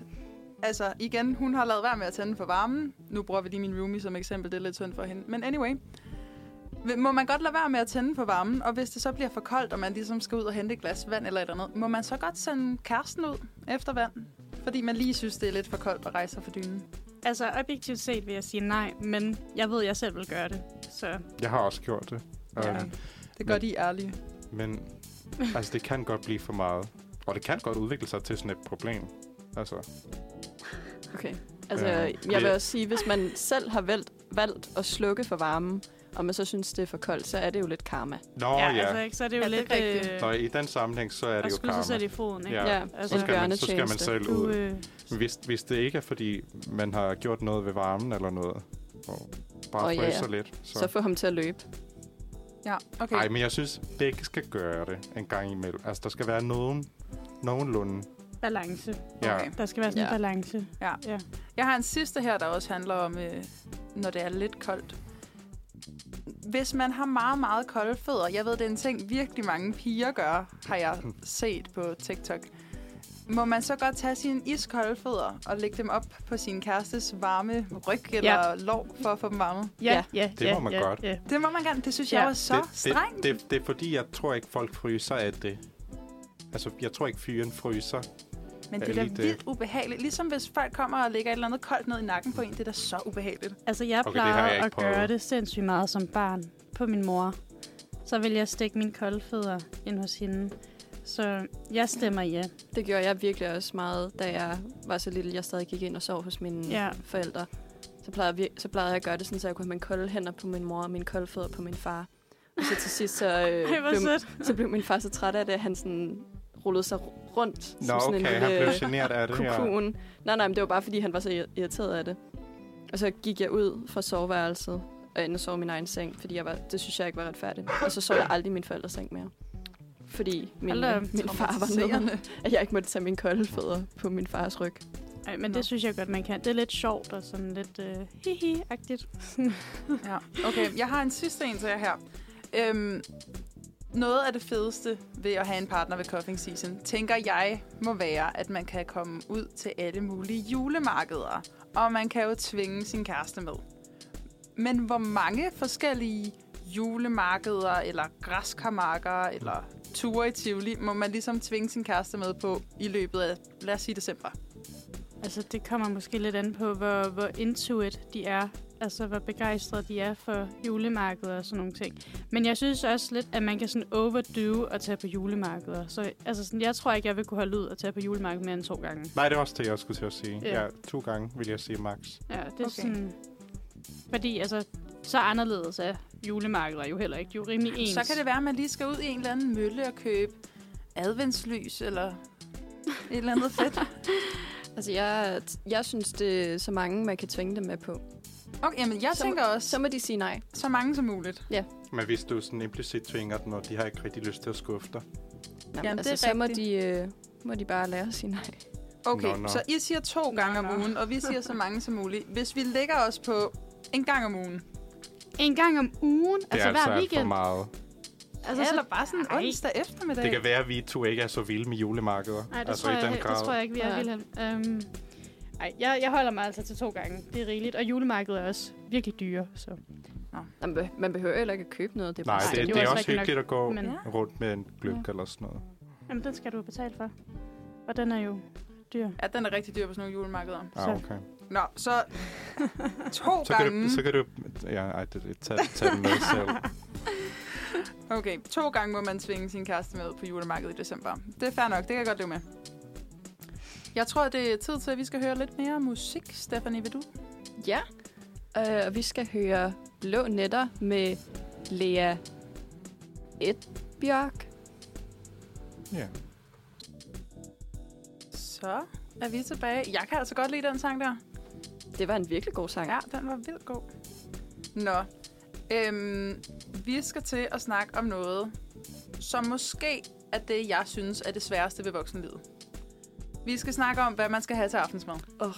S3: altså igen, hun har lavet være med at tænde for varmen. Nu bruger vi lige min roomie som eksempel, det er lidt synd for hende. Men anyway, Vil- må man godt lade være med at tænde for varmen, og hvis det så bliver for koldt, og man ligesom skal ud og hente et glas vand eller et eller andet, må man så godt sende kæresten ud efter vand? Fordi man lige synes, det er lidt for koldt at rejse sig for dynen.
S4: Altså, objektivt set vil jeg sige nej, men jeg ved, at jeg selv vil gøre det. Så
S5: Jeg har også gjort det.
S3: Ja.
S5: Øhm,
S3: Det gør de ærlige.
S5: Men altså, det kan godt blive for meget. Og det kan godt udvikle sig til sådan et problem. Altså,
S2: Okay. Altså,
S5: Ja.
S2: jeg vil
S5: Det-
S2: også sige, hvis man selv har valgt, valgt at slukke for varmen, og man så synes, det er for koldt, så er det jo lidt karma.
S5: nå ja. ja.
S4: altså, ikke? så er det jo
S3: Ja, det er
S4: lidt...
S3: rigtigt.
S4: øh,
S5: Nå, i den sammenhæng, så er
S4: at
S5: det jo
S4: skyde sig
S5: karma.
S4: selv i foden, ikke?
S5: Ja,
S4: altså,
S5: Så
S2: en
S5: skal, man, så skal man
S2: bjørnetjeneste.
S5: selv
S4: Du,
S5: ud.
S4: øh,
S5: Men Hvis, hvis det ikke er, fordi man har gjort noget ved varmen eller noget, og bare
S2: Åh,
S5: oh,
S2: ja,
S5: fryser
S2: ja.
S5: lidt. Så.
S2: Så få ham til at løbe.
S3: Ja, okay.
S5: Nej, men jeg synes, begge skal gøre det en gang imellem. Altså, der skal være nogen, nogenlunde.
S4: balance.
S5: Ja.
S3: Okay.
S4: Der skal være sådan en
S2: Ja.
S4: balance.
S3: Jeg har en sidste her, der også handler om, øh, når det er lidt koldt. Hvis man har meget, meget kolde fødder, jeg ved, det er en ting, virkelig mange piger gør, har jeg set på TikTok. Må man så godt tage sine iskolde fødder og lægge dem op på sin kærestes varme ryg eller ja. lår for at få dem varmet?
S2: Ja,
S4: ja,
S5: Det ja, må man ja, godt.
S4: Ja.
S3: Det må man gerne. Det synes ja.
S4: Ja.
S3: jeg var så
S5: det,
S3: strengt.
S5: det, det, det er fordi, jeg tror ikke, folk fryser af det. Altså, jeg tror ikke, fyren fryser.
S3: Men
S5: er
S3: det er da
S5: lige det.
S3: vildt ubehageligt. Ligesom hvis folk kommer og lægger et eller andet koldt ned i nakken på en. Det er da så ubehageligt.
S4: Altså, jeg
S5: Okay, det har
S4: plejer
S5: jeg ikke
S4: at
S5: prøvet.
S4: gøre det sindssygt meget som barn på min mor. Så vil jeg stikke mine kolde fødder ind hos hende. Så jeg stemmer ja.
S2: Det gjorde jeg virkelig også meget, da jeg var så lille. Jeg stadig gik ind og sov hos mine
S4: Ja.
S2: ja. forældre. Så plejede, vi, så plejede jeg at gøre det sådan, så jeg kunne have mine kolde hænder på min mor og mine kolde fødder på min far. Og så til sidst, så, øh,
S4: Ej, hvor
S2: blev,
S4: sødt.
S2: så blev min far så træt af det, at han sådan rullede sig rundt.
S5: Nå,
S2: som sådan en
S5: okay,
S2: lille,
S5: han blev generet af det. Ja.
S2: kukuen. Nej, nej, men det var bare, fordi han var så ir- irriteret af det. Og så gik jeg ud fra soveværelset og ind og sov i min egen seng, fordi jeg var, det synes jeg ikke var retfærdigt. Og så sov jeg aldrig i min forældres seng mere. Fordi min,
S4: Hold da op,
S2: min far var nede, at jeg ikke måtte tage mine kolde fødder på min fars ryg.
S4: Ej, men
S3: Nå.
S4: det synes jeg godt, man kan. Det er lidt sjovt og sådan lidt øh, hihi-agtigt.
S3: Ja, okay. Jeg har en sidste en til jer her. Øhm, noget af det fedeste ved at have en partner ved cuffing season, tænker jeg, må være, at man kan komme ud til alle mulige julemarkeder. Og man kan jo tvinge sin kæreste med. Men hvor mange forskellige julemarkeder, eller græskarmarker, eller ture i Tivoli, må man ligesom tvinge sin kæreste med på i løbet af, lad os sige december.
S4: Altså, det kommer måske lidt an på, hvor, hvor into it de er. Altså, hvor begejstrede de er for julemarkeder og sådan nogle ting. Men jeg synes også lidt, at man kan sådan overdo at tage på julemarkeder. Så altså, sådan, jeg tror ikke, jeg vil kunne holde ud at tage på julemarkedet mere end to gange.
S5: Nej, det er også det, jeg skulle til at sige.
S4: Ja.
S5: Ja, ja to gange vil jeg sige max.
S4: Ja, det er
S3: Okay.
S4: okay. sådan... Fordi altså, så anderledes er julemarkeder jo heller ikke. De er jo rimelig ens.
S3: Så kan det være, at man lige skal ud i en eller anden mølle og købe adventslys eller et eller andet fedt.
S2: Altså, jeg, jeg synes, det er så mange, man kan tvinge dem med på.
S3: Okay, jamen jeg
S2: så,
S3: tænker også
S2: Så
S3: så,
S2: må de sige nej.
S3: så mange som muligt.
S5: Men hvis du sådan implicit tvinger dem, og de har ikke rigtig lyst til at skuffe dig.
S2: Nå,
S3: Jamen,
S2: Jamen,
S3: det
S2: altså,
S3: er
S2: så må de,
S3: rigtigt.
S2: øh, må de bare lære at sige nej.
S3: Okay,
S5: Nå, nå.
S3: så I siger to gange
S4: nå.
S3: om ugen, og vi siger så mange som muligt. Hvis vi lægger os på en gang om ugen,
S4: En gang om ugen,
S5: Det
S4: altså
S5: er altså
S4: hver
S5: alt for
S4: weekend.
S5: meget.
S3: altså,
S4: så-
S3: eller bare sådan en
S4: Ej.
S3: onsdag eftermiddag.
S5: Det kan være, at vi to ikke er så vilde med julemarkeder.
S4: Nej, det,
S5: altså
S4: tror
S5: i den
S4: jeg,
S5: grad.
S4: det tror jeg ikke, vi er,
S2: Nej.
S4: Vilhelm. Øhm, ej, jeg, jeg holder mig altså til to gange. Det er rigeligt. Og julemarkedet er også virkelig dyre. Så.
S2: Man beh- Man behøver heller ikke at købe noget. Det er
S5: Nej,
S2: bare
S5: det,
S4: det er
S5: det,
S4: jo
S5: det er
S4: også
S5: også
S4: rigtig nok.
S5: hyggeligt at gå
S4: Men
S3: Ja.
S5: rundt med en gløb ja. eller sådan noget.
S4: jamen, den skal du jo betale for. Og den er jo dyr.
S3: Ja, den er rigtig dyr på sådan nogle julemarkeder.
S5: Ah, okay.
S3: Nå, så to
S5: Så kan,
S3: gange.
S5: du, så kan du... Ja, ej, det, det, tag, tag den med selv.
S3: Okay, to gange må man tvinge sin kæreste med på julemarkedet i december. Det er fair nok, det kan jeg godt leve med. Jeg tror, det er tid til, at vi skal høre lidt mere musik. Stephanie, vil du?
S2: Ja, øh, og vi skal høre Blå Netter med Lea Edbjørk.
S5: Ja.
S3: Så er vi tilbage. Jeg kan altså godt lide den sang der.
S2: Det var en virkelig god sang.
S3: Ja, den var vildt god. Nå, øhm, vi skal til at snakke om noget, som måske er det, jeg synes er det sværeste ved voksenlivet. Vi skal snakke om, hvad man skal have til aftensmad.
S1: Åh.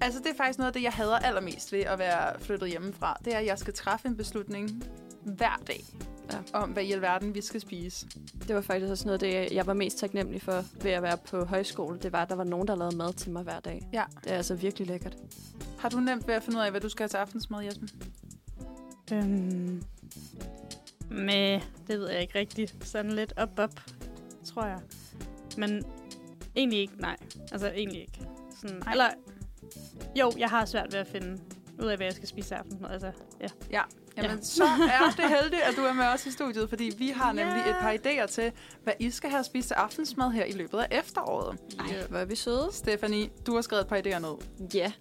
S3: Altså, det er faktisk noget af det, jeg hader allermest ved at være flyttet hjemmefra. Det er, at jeg skal træffe en beslutning hver dag
S2: Ja.
S3: om, hvad i alverden vi skal spise.
S2: Det var faktisk også noget af det, jeg var mest taknemmelig for ved at være på højskole. Det var, at der var nogen, der lavede mad til mig hver dag.
S3: Ja.
S2: Det er altså virkelig lækkert.
S3: Har du nemt ved at finde ud af, hvad du skal have til aftensmad, Jasmin?
S4: Øhm, med, det ved jeg ikke rigtigt. Sådan lidt op op, tror jeg. Men egentlig ikke, nej. Altså egentlig ikke. Sådan, nej. Eller, jo, jeg har svært ved at finde ud af, hvad jeg skal spise til aftensmad. Altså, ja.
S3: Jamen,
S4: Ja.
S3: så er det heldigt, at du er med os i studiet, fordi vi har nemlig
S4: Ja.
S3: et par idéer til, hvad I skal have at spise til aftensmad her i løbet af efteråret.
S2: Ej, hvor er vi søde.
S3: Stefanie, du har skrevet et par idéer ned.
S2: Ja.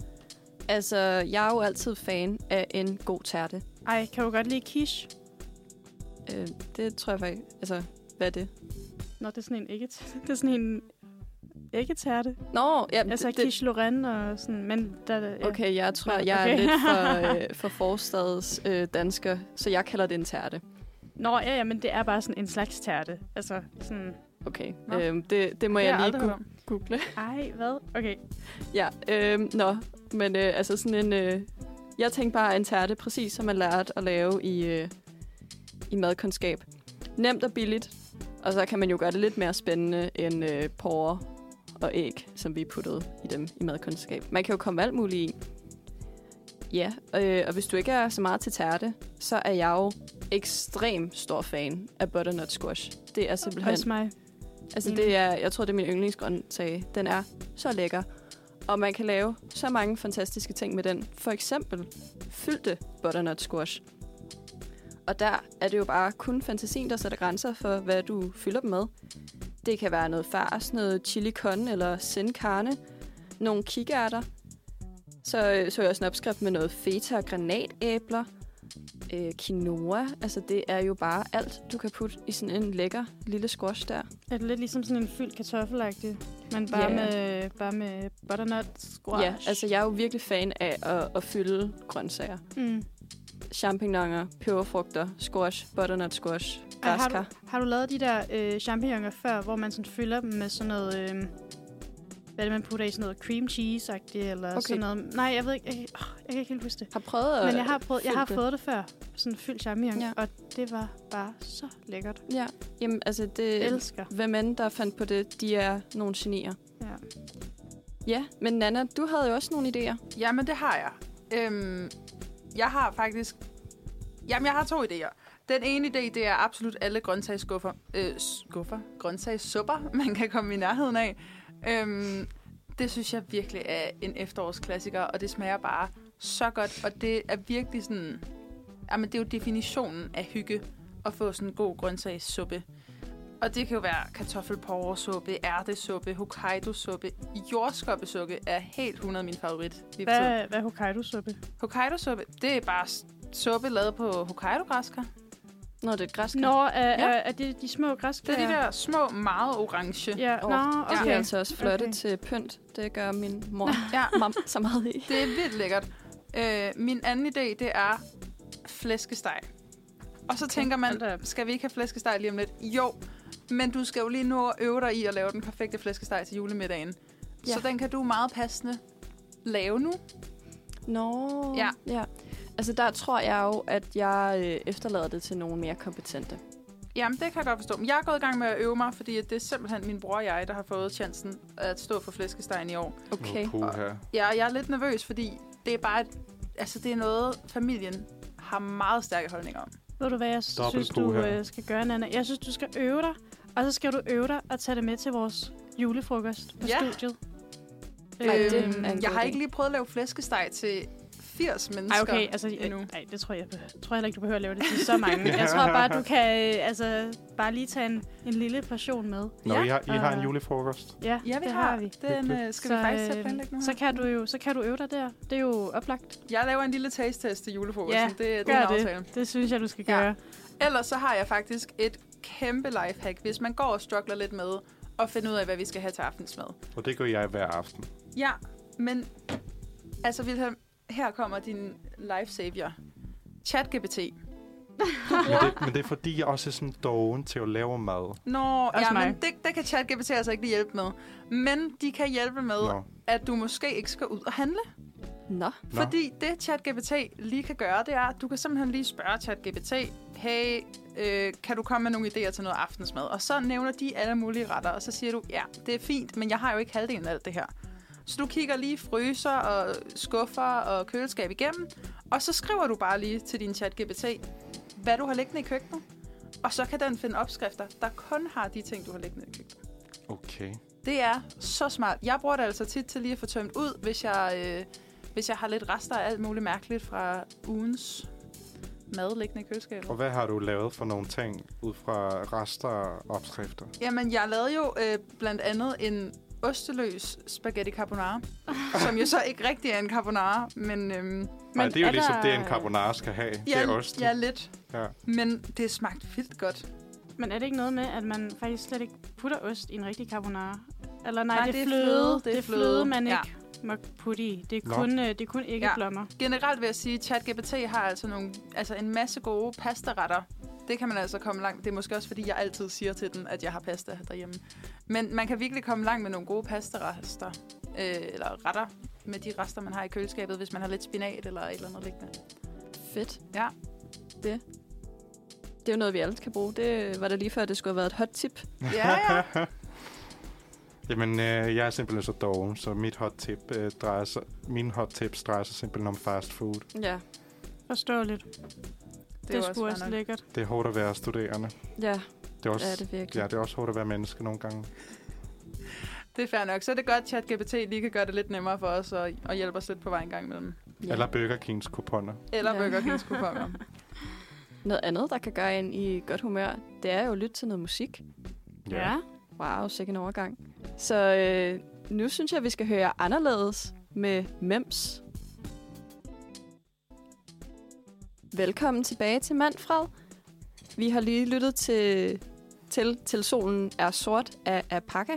S2: Altså, jeg er jo altid fan af en god tærte.
S4: Ej, kan du godt lide quiche?
S2: Øh, det tror jeg faktisk... Altså, hvad er det?
S4: Nå, det er sådan en ikke det er sådan en æggetærte.
S2: Nå, ja,
S4: Altså
S2: det,
S4: quiche Lorraine og sådan, men der, der ja.
S2: Okay, jeg tror,
S4: Nå,
S2: jeg er
S4: okay.
S2: lidt for, øh, for forstads øh, dansker, så jeg kalder det en tærte.
S4: Nå, ja, ja, men det er bare sådan en slags tærte. Altså sådan,
S2: Okay,
S3: Nå.
S2: øhm, det, det må
S3: Det har
S2: jeg
S3: aldrig
S2: lige
S3: hørt
S2: gu-
S3: om.
S2: google.
S4: ej, hvad? Okay,
S2: Ja, øhm, nå, men øh, altså sådan en... Øh, jeg tænkte bare en tærte, præcis som man lærte at lave i, øh, i madkundskab. Nemt og billigt, og så kan man jo gøre det lidt mere spændende end øh, porre og æg, som vi puttede i dem i madkundskab. Man kan jo komme alt muligt i. Ja, øh, og hvis du ikke er så meget til tærte, så er jeg jo ekstrem stor fan af butternut squash. Det er simpelthen...
S4: hos mig.
S2: Altså
S4: Mm.
S2: det er, jeg tror, det er min yndlingsgrøntsag. Den er så lækker. Og man kan lave så mange fantastiske ting med den. For eksempel fyldte butternut squash. Og der er det jo bare kun fantasien, der sætter grænser for, hvad du fylder dem med. Det kan være noget fars, noget chili con eller sin carne, nogle kikærter. Så så jeg også en opskrift med noget feta og granatæbler, øh, quinoa. Altså det er jo bare alt, du kan putte i sådan en lækker lille squash der.
S4: Er det lidt ligesom sådan en fyldt kartoffelagtig, men bare,
S2: Ja.
S4: med, bare med butternut squash?
S2: Ja, altså jeg er jo virkelig fan af at, at fylde grøntsager.
S4: Mm.
S2: Champignoner, peberfrugter, squash, butternut squash,
S4: Ej, har, du,
S2: græskar.
S4: har du lavet de der øh, champignoner før, hvor man sådan fylder dem med sådan noget... Øh, hvad er det, man putter i? Sådan noget cream cheese-agtigt eller
S2: Okay.
S4: okay. sådan noget? Nej, jeg ved ikke. Jeg, kan- åh, jeg kan ikke helt huske det.
S2: Har prøvet at
S4: Men jeg har, prøvet, jeg har
S2: fyldt
S4: fået det før, sådan fyldt champignon,
S2: Ja.
S4: ja. og det var bare så lækkert.
S2: Ja, jamen altså det...
S4: Jeg elsker.
S2: Hvem end der fandt på det, de er nogle genier.
S4: Ja.
S2: Ja, men Nana, du havde jo også nogle idéer.
S3: Jamen, det har jeg. Øhm, jeg har faktisk... Jamen, jeg har to idéer. Den ene idé, det er absolut alle grøntsagsskuffer... Øh, skuffer? Grøntsagssupper, man kan komme i nærheden af. Øhm, det synes jeg virkelig er en efterårsklassiker, og det smager bare så godt. Og det er virkelig sådan... Jamen, det er jo definitionen af hygge at få sådan en god grøntsagssuppe. Og det kan jo være kartoffelporresuppe, ærtesuppe, Hokkaido-suppe, jordskoppesuppe er helt 100 min favorit. lige for tiden.
S4: Hvad, hvad er Hokkaido-suppe?
S3: Hokkaido-suppe, det er bare s- suppe lavet på Hokkaido-græskar.
S2: Nå, det er et græskar.
S4: Nå, er,
S3: Ja.
S4: ja. er, er det de små
S3: Det er
S4: græsklæder?
S3: ja. de der små, meget orange. Ja.
S4: Ja,
S2: Åh,
S4: nå,
S2: De er
S4: okay.
S2: altså også flotte
S4: Okay.
S2: til pynt. Det gør min mor
S3: ja,
S2: mam så meget i.
S3: det er vildt lækkert. Øh, min anden idé, det er flæskesteg. Og så tænker man,
S4: hold da op.
S3: skal vi ikke have flæskesteg lige om lidt? Jo, men du skal jo lige nå at øve dig i at lave den perfekte flæskesteg til julemiddagen. Ja.
S2: Ja.
S3: Så den kan du meget passende lave nu.
S2: Nå.
S3: Ja.
S2: ja. Altså der tror jeg jo, at jeg øh, efterlader det til nogen mere kompetente.
S3: Jamen, det kan jeg godt forstå. Men jeg er gået i gang med at øve mig, fordi at det er simpelthen min bror og jeg, der har fået chancen at stå for flæskestegen i år.
S2: Okay.
S5: Puha.
S3: Ja, og jeg er lidt nervøs, fordi det er bare... Et, altså, det er noget, familien har meget stærke holdninger om.
S4: Ved du hvad, jeg
S5: Dobbelt
S4: synes, du
S5: puha.
S4: øh, skal gøre, Nana? Jeg synes, du skal øve dig, og så skal du øve dig og tage det med til vores julefrokost på
S3: Ja.
S4: studiet.
S2: Ej, det er en
S4: Øhm,
S2: god
S3: jeg har
S2: idé.
S3: ikke lige prøvet at lave flæskesteg til 80 mennesker
S4: Ej, okay, altså,
S3: endnu.
S4: ej, det tror jeg, jeg tror heller ikke, du behøver at lave det til så mange. Jeg tror bare, du kan øh, altså, bare lige tage en, en lille portion med.
S5: Nå,
S3: Ja.
S5: I har, I har en
S4: Og-
S5: julefrokost.
S4: Ja,
S3: Ja, vi
S4: det
S3: har.
S4: har vi.
S3: Den øh, skal så, vi faktisk til at
S4: øh,
S3: planlægge nu.
S4: så kan, du jo, så kan du øve dig der. Det er jo oplagt.
S3: Jeg laver en lille taste-test til julefrokosten.
S4: Ja,
S3: det, det er
S4: Gør
S3: en aftale.
S4: det. Det synes jeg, du skal
S3: Ja.
S4: gøre.
S3: Ellers så har jeg faktisk et kæmpe lifehack, hvis man går og struggler lidt med og finde ud af, hvad vi skal have til aftensmad.
S5: Og det gør jeg hver aften.
S3: Ja, men altså Vilhelm, her kommer din lifesavior. ChatGPT.
S5: Men det, men det er fordi, jeg også er sådan doven til at lave mad.
S3: Nå, ja,
S4: mig.
S3: men det, det kan ChatGPT altså ikke lige hjælpe med. Men de kan hjælpe med, Nå.
S5: Nå.
S3: at du måske ikke skal ud og handle.
S2: Nå,
S5: Nå.
S3: Fordi det ChatGPT lige kan gøre, det er, at du kan simpelthen lige spørge ChatGPT, hey, øh, kan du komme med nogle idéer til noget aftensmad? Og så nævner de alle mulige retter, og så siger du, ja, det er fint, men jeg har jo ikke halvdelen af alt det her. Så du kigger lige fryser og skuffer og køleskab igennem, og så skriver du bare lige til din ChatGPT, hvad du har liggende i køkkenet. Og så kan den finde opskrifter, der kun har de ting, du har liggende i køkkenet.
S5: Okay.
S3: Det er så smart. Jeg bruger det altså tit til lige at få tømt ud, hvis jeg, øh, hvis jeg har lidt rester af alt muligt mærkeligt fra ugens mad liggende i køleskabet.
S5: Og hvad har du lavet for nogle ting ud fra rester og opskrifter?
S3: Jamen, jeg lavede jo øh, blandt andet en osteløs spaghetti carbonara, som jo så ikke rigtig er en carbonara, men øhm,
S5: Nej, det er jo ligesom
S4: der-
S5: det, en carbonara skal have. det er
S3: ja,
S5: osten.
S3: ja, lidt.
S5: Ja.
S3: Men det smagte vildt godt.
S4: Men er det ikke noget med, at man faktisk slet ikke putter ost i en rigtig carbonara? Eller nej,
S3: Nej,
S4: det,
S3: det
S4: er
S3: er
S4: fløde.
S3: fløde,
S4: Det er fløde, man
S3: ja.
S4: ikke må putte i. Det er
S5: Nå.
S4: kun, øh, det er kun æggeblommer. Ja.
S3: Generelt vil jeg sige, at ChatGPT har altså, nogle, altså en masse gode pastaretter. Det kan man altså komme langt. Det er måske også, fordi jeg altid siger til den, at jeg har pasta derhjemme. Men man kan virkelig komme langt med nogle gode pastarester. Øh, eller retter med de rester, man har i køleskabet, hvis man har lidt spinat eller et eller andet liggende.
S2: fedt.
S3: Ja.
S2: Det. Det er jo noget, vi alle kan bruge. Det var da lige før, det skulle have været et hot tip.
S3: Ja, ja.
S5: Jamen, øh, jeg er simpelthen så doven, så mit hot tip, øh, drejer sig, min hot tips drejer sig simpelthen om fast food.
S2: Ja,
S4: Forståeligt. Det,
S3: er jo
S4: det skulle
S3: fair
S4: også
S3: nok.
S4: lækkert.
S5: Det er hårdt at være studerende.
S2: ja,
S5: Det er også,
S2: det er det virkelig.
S5: Ja, det er også hårdt at være menneske nogle gange.
S3: Det er fair nok. Så er det godt, at ChatGPT lige kan gøre det lidt nemmere for os og, og hjælpe os lidt på vej en gang imellem.
S5: Ja. Eller Burger Kings kuponer.
S3: Eller
S2: Ja.
S3: ja. Burger Kings kuponer.
S2: Noget andet, der kan gøre en i godt humør, det er jo at lytte til noget musik.
S4: Ja.
S2: Wow, sikke en overgang. Så øh, nu synes jeg, vi skal høre anderledes med Mems. Velkommen tilbage til Manfred. Vi har lige lyttet til, til, til solen er sort af Apaka.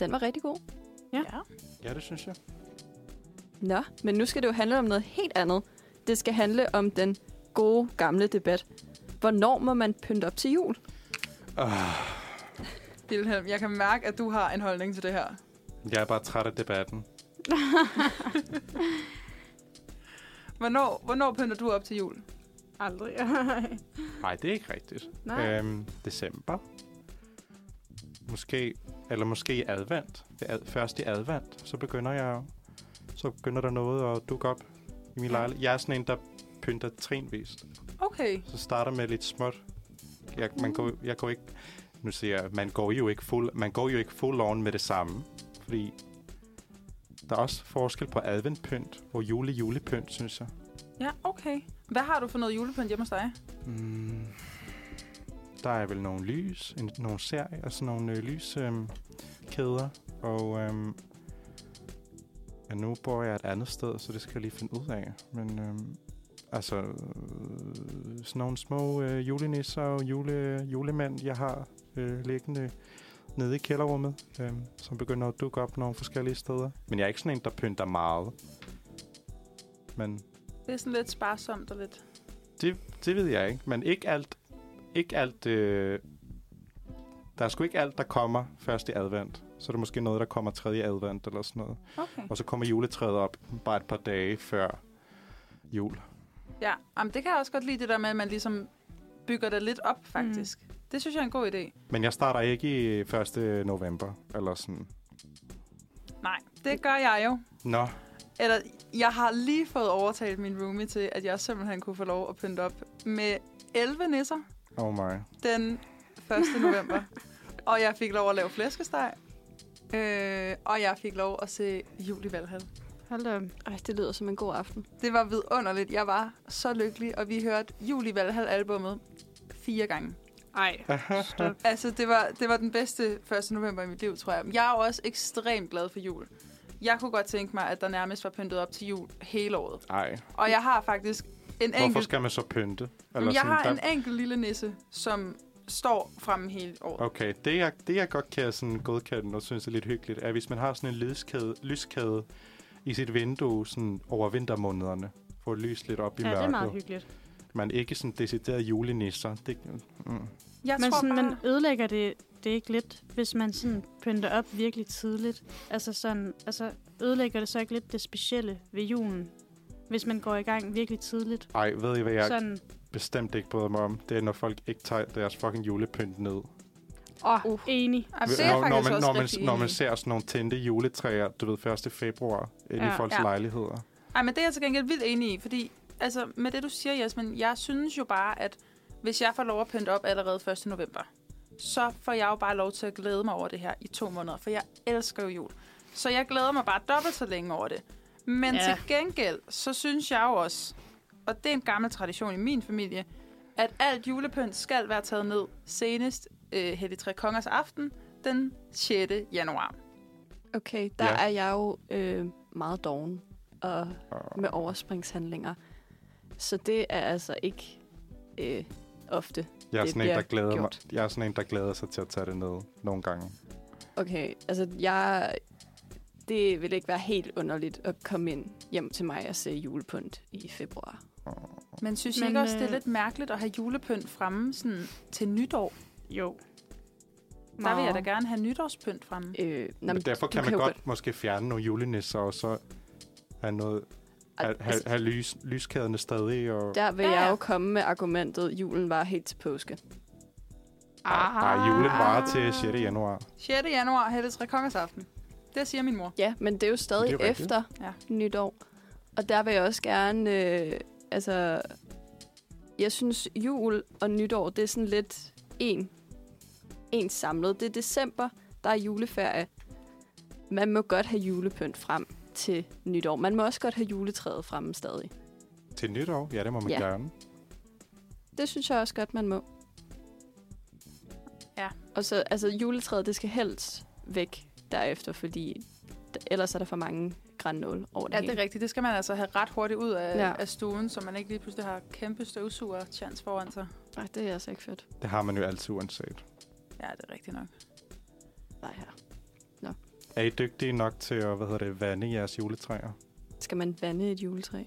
S2: Den var rigtig god.
S4: Ja.
S3: ja.
S5: Ja, det synes jeg.
S2: Nå, men nu skal det jo handle om noget helt andet. Det skal handle om den gode gamle debat. Hvornår må man pynte op til jul?
S3: Vilhelm, jeg kan mærke, at du har en holdning til det her.
S5: Jeg er bare træt af debatten.
S3: Hvornår, hvornår pynter du op til jul?
S4: Aldrig.
S5: Nej, det er ikke rigtigt.
S4: nej.
S5: Øhm, december. Måske, eller måske i advent. Det er ad, først i advent, så begynder jeg, så begynder der noget at dukke op i min lejlighed. Jeg er sådan en, der pynter trinvist.
S3: Okay.
S5: Så starter med lidt småt. Jeg, man går, jeg går ikke, nu siger jeg, man går jo ikke fuld, man går jo ikke full on med det samme. Fordi der er også forskel på adventpynt og jule-julepynt, synes jeg.
S3: Ja, okay. Hvad har du for noget julepynt hjemme hos dig?
S5: Mm. Der er vel nogle lys, en, nogle serier, altså nogle øh, lyskæder. Øh, kæder. og øh, ja, nu bor jeg et andet sted, så det skal jeg lige finde ud af. Men øh, altså, øh, sådan nogle små øh, julenisser og jule, julemænd, jeg har øh, liggende nede i kælderrummet, øh, som begynder at dukke op nogle forskellige steder. Men jeg er ikke sådan en, der pynter meget. Men
S3: Det er sådan lidt sparsomt og lidt...
S5: det ved jeg ikke, men ikke alt, ikke alt, øh, der er sgu ikke alt, der kommer først i advent. Så er det måske noget, der kommer tredje advent eller sådan noget.
S3: Okay.
S5: Og så kommer juletræet op bare et par dage før jul.
S3: Ja, jamen, det kan jeg også godt lide, det der med, at man ligesom bygger det lidt op, faktisk. Mm. Det synes jeg er en god idé.
S5: Men jeg starter ikke i 1. november eller sådan.
S3: Nej, det gør jeg jo.
S5: Nå,
S3: Eller, jeg har lige fået overtalt min roomie til, at jeg simpelthen kunne få lov at pynte op med 11 nisser
S5: oh my.
S3: den 1. november. og jeg fik lov at lave flæskesteg. Øh, og jeg fik lov at se jul i Valhall.
S4: Hold da. op.
S2: Ej, det lyder som en god aften.
S3: Det var vidunderligt. Jeg var så lykkelig, og vi hørte Julie Valhall-albummet fire gange.
S4: Ej, stop.
S3: Altså, det var, det var den bedste 1. november i mit liv, tror jeg. Jeg er jo også ekstremt glad for jul. Jeg kunne godt tænke mig, at der nærmest var pyntet op til jul hele året.
S5: Ej,
S3: Og jeg har faktisk en
S5: hvorfor
S3: enkelt...
S5: skal man så pynte?
S3: Jamen, jeg har
S5: der,
S3: en enkelt lille nisse, som står fremme hele året.
S5: Okay, det jeg, det jeg godt kan sådan godkende og synes er lidt hyggeligt, er hvis man har sådan en lyskæde, lyskæde i sit vindue sådan over vintermånederne, for at lyse lidt op i
S4: Ja, det er meget
S5: mørket.
S4: hyggeligt.
S5: Man er ikke sådan decideret julenisser. Det, mm.
S3: Jeg
S4: Men
S3: tror
S4: sådan,
S3: bare,
S4: man ødelægger det, det ikke lidt, hvis man sådan pynter op virkelig tidligt. Altså, sådan, altså ødelægger det så ikke lidt det specielle ved julen, hvis man går i gang virkelig tidligt?
S5: Ej, ved I hvad jeg
S4: Ja. Sådan,
S5: bestemt ikke bryder mig om? Det er, når folk ikke tager deres fucking julepynt ned.
S4: åh, oh,
S3: Uh.
S4: uh. enig.
S3: Ej, det er jeg
S5: når, når,
S3: faktisk
S5: man,
S3: også
S5: når, man,
S3: rigtig
S5: når
S3: enig
S5: man
S3: i.
S5: ser sådan nogle tændte juletræer, du ved, 1. februar, inde ja,
S4: Ja.
S5: i folks ja.
S3: Ja.
S5: lejligheder.
S3: Ej, men det er jeg til gengæld vildt enig i, fordi altså, med det, du siger, Jasmin, jeg synes jo bare, at hvis jeg får lov at pynte op allerede 1. november, så får jeg jo bare lov til at glæde mig over det her i to måneder, for jeg elsker jo jul. Så jeg glæder mig bare dobbelt så længe over det. Men ja.
S4: Ja.
S3: til gengæld, så synes jeg jo også, og det er en gammel tradition i min familie, at alt julepynt skal være taget ned senest øh, Hellig Tre Kongers aften den 6. januar.
S2: Okay, der
S5: Ja. Ah.
S2: ja. er jeg jo øh, meget doven og
S5: Og-
S2: med overspringshandlinger. Så det er altså ikke øh, ofte.
S5: Jeg er,
S2: Det
S5: sådan en, der
S2: bliver
S5: glæder mig,
S2: gjort.
S5: jeg er sådan en, der glæder sig til at tage det ned nogle gange.
S2: Okay, altså jeg... Det vil ikke være helt underligt at komme ind hjem til mig og se julepynt i februar.
S3: Men synes
S4: Men,
S3: I ikke også, det er
S4: øh,
S3: lidt mærkeligt at have julepynt fremme sådan, til nytår?
S4: Jo.
S3: Der vil jeg
S4: Meget.
S3: da gerne have nytårspynt fremme.
S2: Øh, nå,
S5: Nå,
S2: men
S5: men derfor
S2: du
S5: kan man
S2: jo
S5: godt måske fjerne nogle julenisser, og så have, noget, have, have, have lys, lyskæderne stadig. Og,
S2: altså, Der vil
S3: Ja,
S2: jeg
S3: ja.
S2: jo komme med argumentet, julen var helt til påske.
S5: ah, nej, julen varer til 6. januar.
S3: 6. januar, Helles Tre Kongers aften. Det siger min mor.
S2: Ja, men det er jo stadig
S5: Det
S2: det er
S5: er rigtigt.
S2: efter
S3: Ja.
S2: ja. nytår. Og der vil jeg også gerne... Øh, altså, jeg synes, jul og nytår, det er sådan lidt en, en samlet. Det er december, der er juleferie. Man må godt have julepynt frem til nytår. Man må også godt have juletræet fremme stadig.
S5: Til nytår? Ja, det må man ja.
S2: Ja.
S5: gerne.
S2: Det synes jeg også godt, man må.
S3: Ja.
S2: Og så, altså, juletræet, det skal helst væk derefter, fordi d- ellers er der for mange grannål over det
S3: Ja, det
S2: hele.
S3: er rigtigt. Det skal man altså have ret hurtigt ud af, ja.
S2: Ja.
S3: af stuen, så man ikke lige pludselig har kæmpe støvsuger chance foran sig.
S2: Ej, det er altså ikke fedt.
S5: Det har man jo altid uanset.
S3: Ja, det er rigtigt nok.
S2: Nej, her.
S5: Er I dygtige nok til at hvad hedder det, vande jeres juletræer?
S2: Skal man vande et juletræ?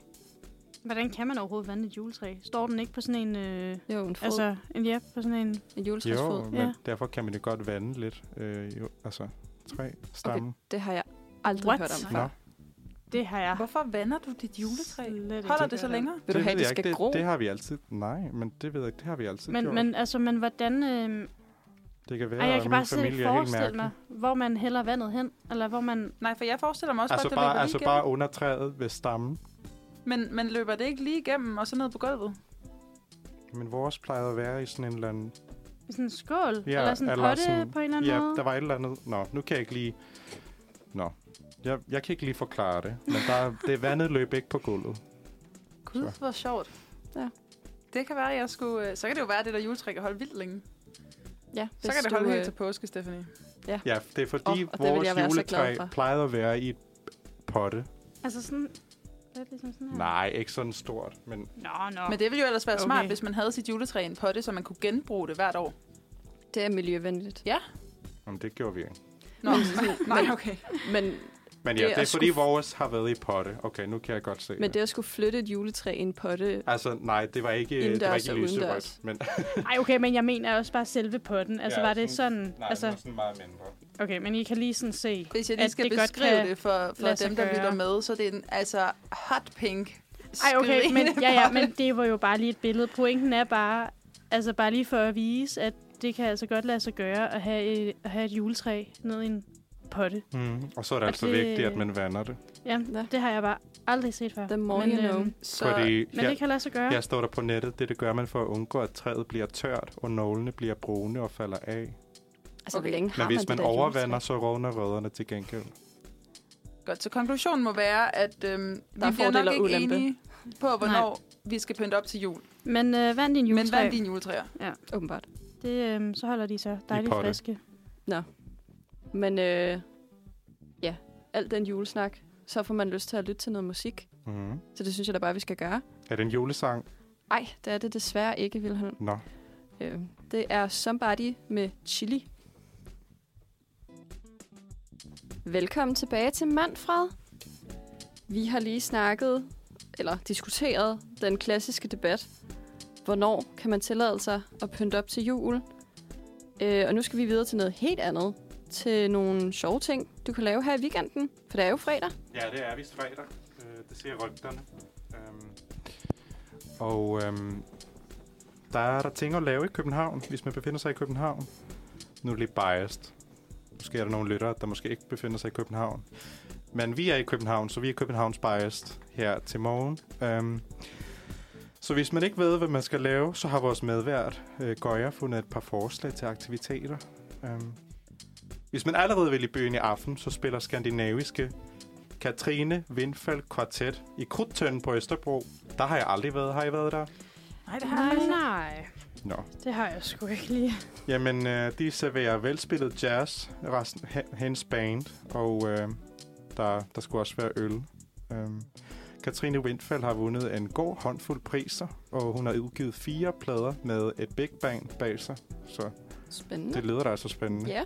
S4: Hvordan kan man overhovedet vande et juletræ? Står den ikke på sådan en... Øh,
S2: Jo, en fod. Altså,
S4: altså, en, ja, på sådan en...
S2: en
S5: Jo,
S2: juletræsfod.
S5: men
S4: ja.
S5: derfor kan man jo godt vande lidt. Øh, jo, altså, træ, stammen.
S2: Det har jeg aldrig
S4: What?
S2: hørt om
S5: Okay.
S2: før.
S5: Nå,
S4: Det har jeg.
S3: Hvorfor vander du dit juletræ?
S4: Slet ikke
S3: Holder
S4: hørt
S3: det så
S4: om.
S3: længere?
S2: Vil du
S5: det
S2: have,
S5: ved
S2: det
S5: jeg
S2: skal
S5: ikke.
S2: gro?
S5: Det, det har vi altid. Nej, men det ved jeg ikke. Det har vi altid
S4: Men,
S5: gjort.
S4: men, altså, men hvordan... Øh,
S5: det kan være,
S4: ej, jeg kan
S5: at
S4: bare
S5: min
S4: slet
S5: familie
S4: ikke
S5: er helt
S4: forestille
S5: mærkelig.
S4: mig, hvor man hælder vandet hen, eller hvor man...
S3: Nej, for jeg forestiller mig også
S5: Altså
S3: godt, det
S5: bare,
S3: løber
S5: altså
S3: lige
S5: bare under træet ved stammen.
S3: igennem. Men, men løber det ikke lige igennem og så ned på gulvet?
S5: Men vores plejede at være i sådan en eller anden...
S4: i Sådan en skål, ja, eller sådan en
S5: eller
S4: potte
S5: sådan-
S4: på en eller anden
S5: Ja,
S4: måde.
S5: der var et eller andet... Nå, nu kan jeg ikke lige... Nå, jeg, jeg kan ikke lige forklare det. Men der, det vandet løb ikke på gulvet.
S3: Gud,
S5: Så.
S3: hvor sjovt.
S2: Ja.
S3: Det kan være, jeg skulle... øh, Så kan det jo være, at det der juletræ kan holde vildt længe.
S2: Ja,
S3: Så
S2: hvis
S3: kan det holde
S2: du,
S3: helt
S2: øh,
S3: til påske, Stephanie.
S5: Ja, det er
S2: Åh, og
S5: fordi
S2: det
S5: oh,
S2: ville
S5: vores
S2: jeg være så
S5: juletræ
S2: glad for.
S5: plejede at være i et potte.
S4: Altså sådan... Lidt ligesom sådan her.
S5: Nej, ikke sådan stort, men
S4: Nå, nå.
S3: Men det ville jo ellers være
S4: Okay.
S3: smart, hvis man havde sit juletræ i en potte, så man kunne genbruge det hvert år.
S2: Det er miljøvenligt.
S5: jamen, det gjorde vi ikke.
S3: Nå, nej, okay.
S2: Men,
S5: Men
S2: Det
S5: ja,
S2: er
S5: det, det er
S2: at
S5: fordi
S2: skulle-
S5: vores har været i potte. Okay, nu kan jeg godt se
S2: men
S5: det.
S2: det at skulle flytte et juletræ i en potte...
S5: Altså, nej, det var ikke, det var
S2: Indendørs
S5: ikke
S2: og
S5: lyserødt.
S2: udendørs.
S5: Men
S4: Ej, okay, men jeg mener også bare selve potten. Altså,
S5: Ja,
S4: var det sådan...
S5: nej, altså... det var
S4: altså,
S5: sådan meget mindre.
S4: okay, men I kan lige sådan se...
S3: Hvis jeg lige
S4: At
S3: skal
S4: det godt
S3: beskrive
S4: kan
S3: det for, for
S4: lade sig
S3: dem, der
S4: gøre.
S3: lytter med, så det er en altså hot pink.
S4: Ej, okay, men,
S3: skrigende
S4: ja, ja,
S3: potte.
S4: men det var jo bare lige et billede. Pointen er bare, altså bare lige for at vise, at det kan altså godt lade sig gøre at have et, at have et juletræ ned i en potte.
S5: Mm. Og så er det
S4: Og
S5: altså
S4: det-
S5: vigtigt, at man vander det.
S4: Ja,
S2: Ja.
S4: det har jeg bare aldrig set før.
S2: The more you know.
S4: øhm,
S3: Så,
S5: Så, fordi
S4: men
S5: jeg,
S4: det kan lade sig gøre.
S5: jeg står der på nettet, det det gør man for at undgå, at træet bliver tørt, og nålene bliver brune og falder af.
S2: Altså,
S3: Okay.
S2: hvor længe
S5: Men
S2: har
S5: hvis
S2: man
S5: man
S2: det der
S5: overvander,
S2: juletræ?
S5: så rådner rødderne til gengæld.
S3: godt, så konklusionen må være, at øhm, vi
S2: er
S3: bliver
S2: fordele
S3: nok
S2: og
S3: ikke
S2: ulempe.
S3: enige på, hvornår vi skal pynte op til jul.
S4: Men øh, vand din
S3: Men
S4: juletræ,
S3: hvad er dine juletræer?
S2: Åbenbart.
S4: det, øh, så holder de så dejligt
S5: potte.
S4: friske.
S2: Men øh, ja, alt den julesnak, så får man lyst til at lytte til noget musik.
S5: Mm.
S2: Så det synes jeg da bare, vi skal gøre.
S5: Er det en julesang?
S2: Ej, det er det desværre ikke, Vilhelm.
S5: Nå,
S2: Øh, det er Somebody med Chili. Velkommen tilbage til Manfred. Vi har lige snakket, eller diskuteret, den klassiske debat. Hvornår kan man tillade sig at pynte op til jul? Øh, og nu skal vi videre til noget helt andet. Til nogle sjove ting, du kan lave her i weekenden. For det er jo fredag.
S5: Ja, det er vist fredag. Øh, det siger rygterne. Øhm. Og øhm, der er der ting at lave i København, hvis man befinder sig i København. Nu er det lidt biased. Måske er der nogle lyttere, der måske ikke befinder sig i København. Men vi er i København, så vi er Københavns biased her til morgen. Øhm. Så hvis man ikke ved, hvad man skal lave, så har vores medvært øh, Gøjer fundet et par forslag til aktiviteter. Øhm. Hvis man allerede vil i byen i aften, så spiller skandinaviske Katrine Vindfald Kvartet i Krudtønden på Østerbro. Der har jeg aldrig været. Har I været der?
S3: Nej, det har jeg
S4: Nej,
S3: ikke.
S4: nej.
S5: Nå.
S4: Det har jeg sgu ikke lige.
S5: Jamen, øh, de serverer velspillet jazz, resten, he- hendes band, og øh, der, der skulle også være øl. Øhm, Katrine Windfald har vundet en god håndfuld priser, og hun har udgivet fire plader med et big band bag sig, så
S2: Spændende.
S5: det lyder da altså spændende.
S2: Ja,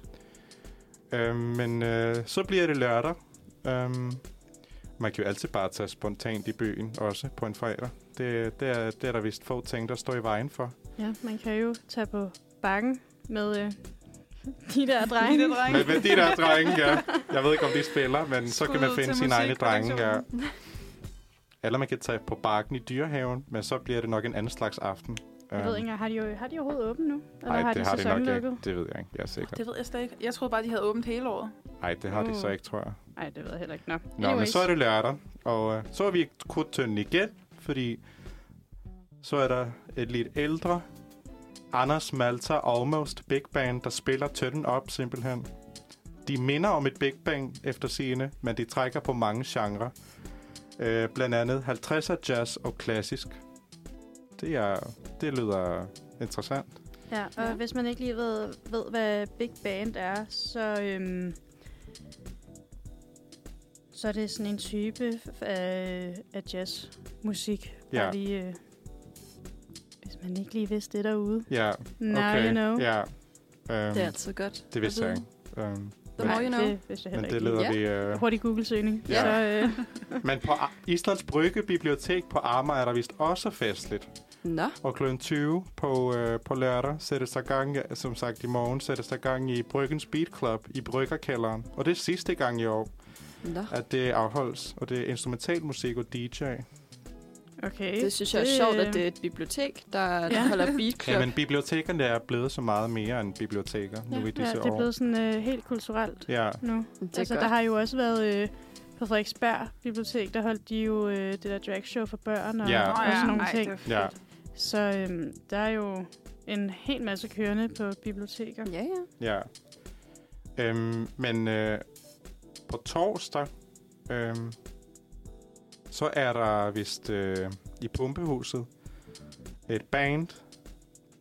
S5: Øhm, men øh, så bliver det lørdag. Øhm, man kan jo altid bare tage spontant i byen også på en fredag. Det, det, er, det er der vist få ting, der står i vejen for.
S4: Ja, man kan jo tage på bakken med øh, de der
S3: Drenge. De
S4: drenge.
S3: der drenge.
S5: Men, men de der drenge, ja. Jeg ved ikke, om de spiller, men så kan
S3: Skud
S5: man
S3: ud
S5: finde
S3: til
S5: sine egne drenge. Ja.
S3: musikredaktionen.
S5: Eller man kan tage på bakken i dyrehaven, men så bliver det nok en anden slags aften.
S4: Jeg ved ikke engang, har de, jo, har de overhovedet åbent nu? Eller
S5: Nej,
S4: har
S5: det
S4: de
S5: har de nok
S4: sæsonlukket?
S5: ikke. Det ved jeg ikke. Jeg er sikker.
S3: Det ved jeg slet ikke. Jeg troede bare, de havde åbent hele året.
S5: Nej, det har de så
S4: Uh.
S5: ikke, tror jeg.
S4: Nej, det ved jeg heller ikke. Nå,
S5: Nå, men så er det lørdag, og øh, så er vi i krudtønden igen, fordi så er der et lidt ældre Anders Malta Almost Big Band, der spiller tønden op simpelthen. De minder om et Big Bang efter scene, men de trækker på mange genrer. Øh, blandt andet 50'er jazz og klassisk. Det, er, det lyder interessant.
S4: Ja, og
S2: Ja.
S4: ja. hvis man ikke lige ved, ved, hvad big band er, så, øhm, så er det sådan en type f- af, af jazzmusik.
S5: Ja.
S4: Ja. Lige, øh, hvis man ikke lige vidste det derude.
S5: Ja,
S4: Now
S5: okay.
S4: you know.
S5: Ja,
S2: det er
S5: øhm,
S2: altid godt.
S5: det vidste jeg ikke. Øhm,
S2: The more you know.
S4: det vidste jeg
S5: men
S4: heller
S5: det
S4: ikke.
S5: lyder
S4: lige.
S5: ja. vi... Øh,
S4: Hurtig Google-søgning.
S5: Ja.
S4: Ja. Så, øh,
S5: Men på A- Islands Brygge Bibliotek på Amager er der vist også festligt.
S2: Nå,
S5: Og kl. 20 på, øh, på lørdag sættes der gang, som sagt i morgen, sættes der gang i Bryggens Beat Club i Bryggerkælderen. Og det er sidste gang i år,
S2: nå.
S5: at det afholdes. Og det er instrumental musik og DJ.
S4: okay.
S2: Det synes jeg er sjovt, at det er et bibliotek, der ja.
S4: Ja.
S2: holder beat club.
S5: Jamen, bibliotekerne er blevet så meget mere end biblioteker nu i
S4: ja,
S5: disse
S4: ja, det er
S5: år.
S4: blevet sådan øh, helt kulturelt
S5: Ja,
S4: nu.
S2: det er
S4: altså,
S2: godt.
S4: der har jo også været øh, på Frederiksberg Bibliotek, der holdt de jo øh, det der dragshow for børn og,
S5: Ja.
S4: og sådan nogle
S3: ej,
S4: ting.
S3: det er
S5: ja.
S3: fedt.
S4: Så øhm, der er jo en hel masse kørende på biblioteker.
S2: Ja, ja.
S5: Ja. Øhm, men øh, på torsdag, øhm, så er der vist øh, i Pumpehuset et band,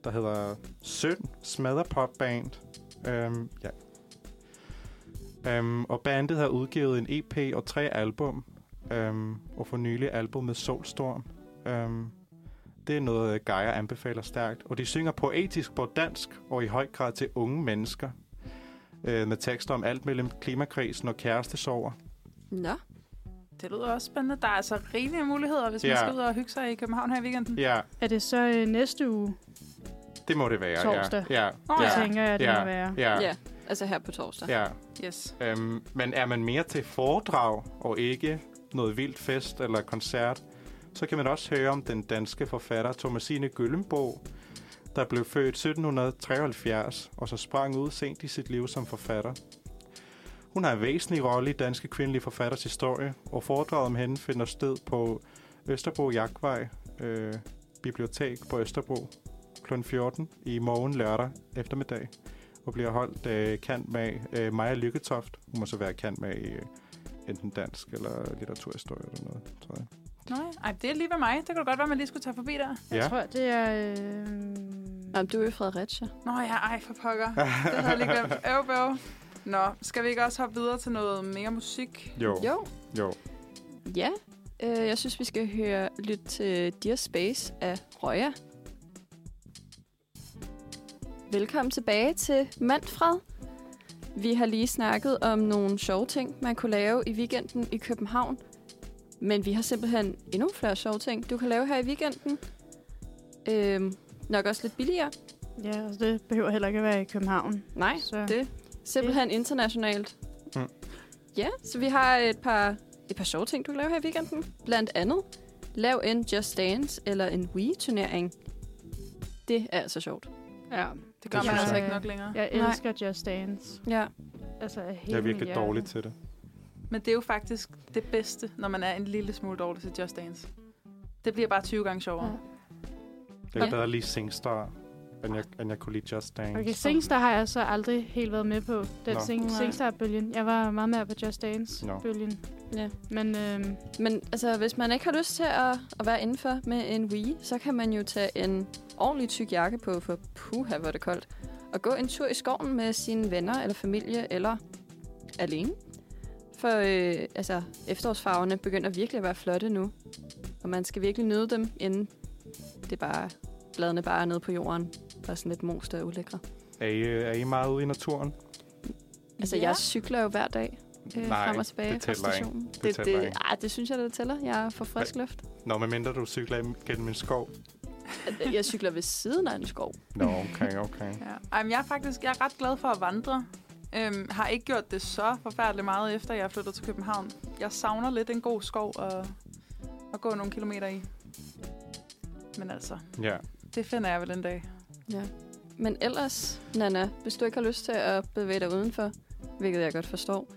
S5: der hedder Søn Smadderpop Band. Øhm, ja. Øhm, og bandet har udgivet en EP og tre album, øhm, og for nylig albumet Solstorm. Øhm, det er noget, øh, Geyer anbefaler stærkt. Og de synger poetisk på dansk, og i høj grad til unge mennesker. Øh, med tekster om alt mellem klimakrisen og kærestesover.
S2: Nå,
S3: Det lyder også spændende. Der er altså rigelige muligheder, hvis
S5: Ja.
S3: man skal ud og hygge sig i København her i weekenden.
S5: Ja,
S4: Er det så øh, næste uge,
S5: det må det være.
S4: Torsdag.
S5: Ja, ja,
S3: Åh,
S4: ja.
S5: ja,
S4: tænker jeg, det
S5: ja,
S4: må være?
S5: ja,
S2: ja. Altså her på torsdag.
S5: ja.
S3: Yes.
S5: Øhm, men er man mere til foredrag og ikke noget vildt fest eller koncert, så kan man også høre om den danske forfatter Thomasine Gyllenbo, der blev født 1773 og så sprang ud sent i sit liv som forfatter. Hun har en væsentlig rolle i danske kvindelige forfatters historie, og foredraget om hende finder sted på Østerbro Jagtvej øh, Bibliotek på Østerbro kl. 14 i morgen lørdag eftermiddag og bliver holdt øh, kant med øh, Maja Lykketoft. Hun må så være kant med i øh, enten dansk eller litteraturhistorie eller noget, tror jeg.
S3: Nå, ja. Ej, det er lige ved mig. Det kunne da godt være, man lige skulle tage forbi der.
S4: Jeg
S5: ja.
S4: tror, det er... Øh,
S2: Nå, men du er jo i Fredericia.
S3: Nå ja, ej for pokker. Det havde jeg lige glemt. Øv, bøv. Nå, skal vi ikke også hoppe videre til noget mere musik?
S5: Jo,
S2: Jo,
S5: jo.
S2: ja. Øh, jeg synes, vi skal høre lytte til Dear Space af Røya. velkommen tilbage til Manfred. Vi har lige snakket om nogle sjove ting, man kunne lave i weekenden i København. Men vi har simpelthen endnu flere sjove ting, du kan lave her i weekenden. Øhm, nok også lidt billigere.
S4: Ja, altså det behøver heller ikke at være i København.
S2: Nej,
S4: Så
S2: det- simpelthen internationalt.
S5: Mm.
S2: Ja, så vi har et par, et par sjove ting, du kan lave her i weekenden. Blandt andet, lav en Just Dance eller en Wii-turnering. Det er altså sjovt.
S4: Ja,
S3: Det gør
S5: Det
S3: man
S5: synes
S3: altså
S5: jeg.
S3: ikke nok længere.
S4: jeg
S2: Nej.
S4: elsker Nej. Just Dance.
S2: Ja,
S4: Altså, af hele
S5: Jeg er virkelig
S4: mit hjerte.
S5: dårlig til det.
S3: Men det er jo faktisk det bedste, når man er en lille smule dårlig til Just Dance. Det bliver bare 20 gange sjovere.
S4: Ja.
S5: Jeg kan
S2: Ja.
S5: bedre lide Singstar, end jeg, end jeg kunne lide Just Dance.
S4: Okay, Singstar har jeg så aldrig helt været med på, den
S5: Nå.
S4: sing-
S2: Nej.
S4: Singstar-bølgen. Jeg var meget mere på Just
S5: Nå.
S4: Dance-bølgen.
S2: Ja.
S4: Men øhm,
S2: men altså, hvis man ikke har lyst til at, at være indenfor med en Wii, så kan man jo tage en ordentlig tyk jakke på, for puha, hvor er det koldt, og gå en tur i skoven med sine venner eller familie eller alene. For øh, altså, efterårsfarverne begynder virkelig at være flotte nu, og man skal virkelig nyde dem, inden det bare, bladene bare er nede på jorden, bare sådan lidt most og ulækre.
S5: Er I, øh, er I meget ude i naturen?
S2: Altså,
S4: Ja.
S2: jeg cykler jo hver dag øh,
S5: Nej,
S2: frem og tilbage
S5: det
S2: fra
S5: tæller ikke.
S2: stationen.
S5: Det
S2: Det, det,
S5: tæller
S2: det,
S5: ikke.
S2: ah, det synes jeg, det tæller. Jeg får frisk luft.
S5: Nå, medmindre du cykler gennem en skov.
S2: Jeg cykler ved siden af en skov.
S5: Nå, okay, okay.
S3: Ja. Ej, men jeg er faktisk jeg er ret glad for at vandre. Øhm, har ikke gjort det så forfærdeligt meget, efter jeg er flyttet til København. Jeg savner lidt en god skov at, at gå nogle kilometer i. Men altså,
S5: Ja.
S3: det finder jeg vel en dag.
S2: Ja. Men ellers, Nana, hvis du ikke har lyst til at bevæge dig udenfor, hvilket jeg godt forstår,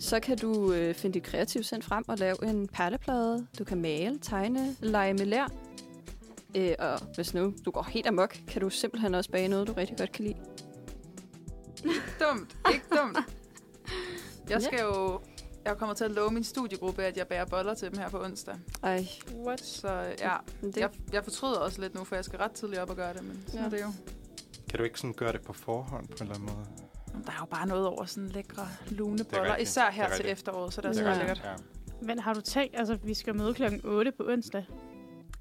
S2: så kan du øh, finde dit kreative sind frem og lave en perleplade. Du kan male, tegne, lege med lær. Øh, og hvis nu du går helt amok, kan du simpelthen også bage noget, du rigtig godt kan lide.
S3: Dumt, ikke dumt. Jeg skal jo... Jeg kommer til at love min studiegruppe, at jeg bærer boller til dem her på onsdag.
S2: Ej,
S4: what?
S3: Så ja,
S2: men det,
S3: jeg, jeg fortryder også lidt nu, for jeg skal ret tidligt op og gøre det, men sådan
S2: Ja.
S3: ja. er det jo.
S5: Kan du ikke sådan gøre det på forhånd på en eller anden måde?
S3: Jamen, Der er jo bare noget over sådan lækre, lune
S5: Det er
S3: boller.
S5: rigtigt.
S3: Især
S5: Det
S3: her
S5: er
S3: til
S5: rigtigt.
S3: efteråret, så det er
S2: Det
S3: så
S2: er
S3: ret
S2: rigtigt.
S3: lækkert.
S5: Ja.
S4: Men har du tænkt, altså vi skal møde klokken 8 på onsdag.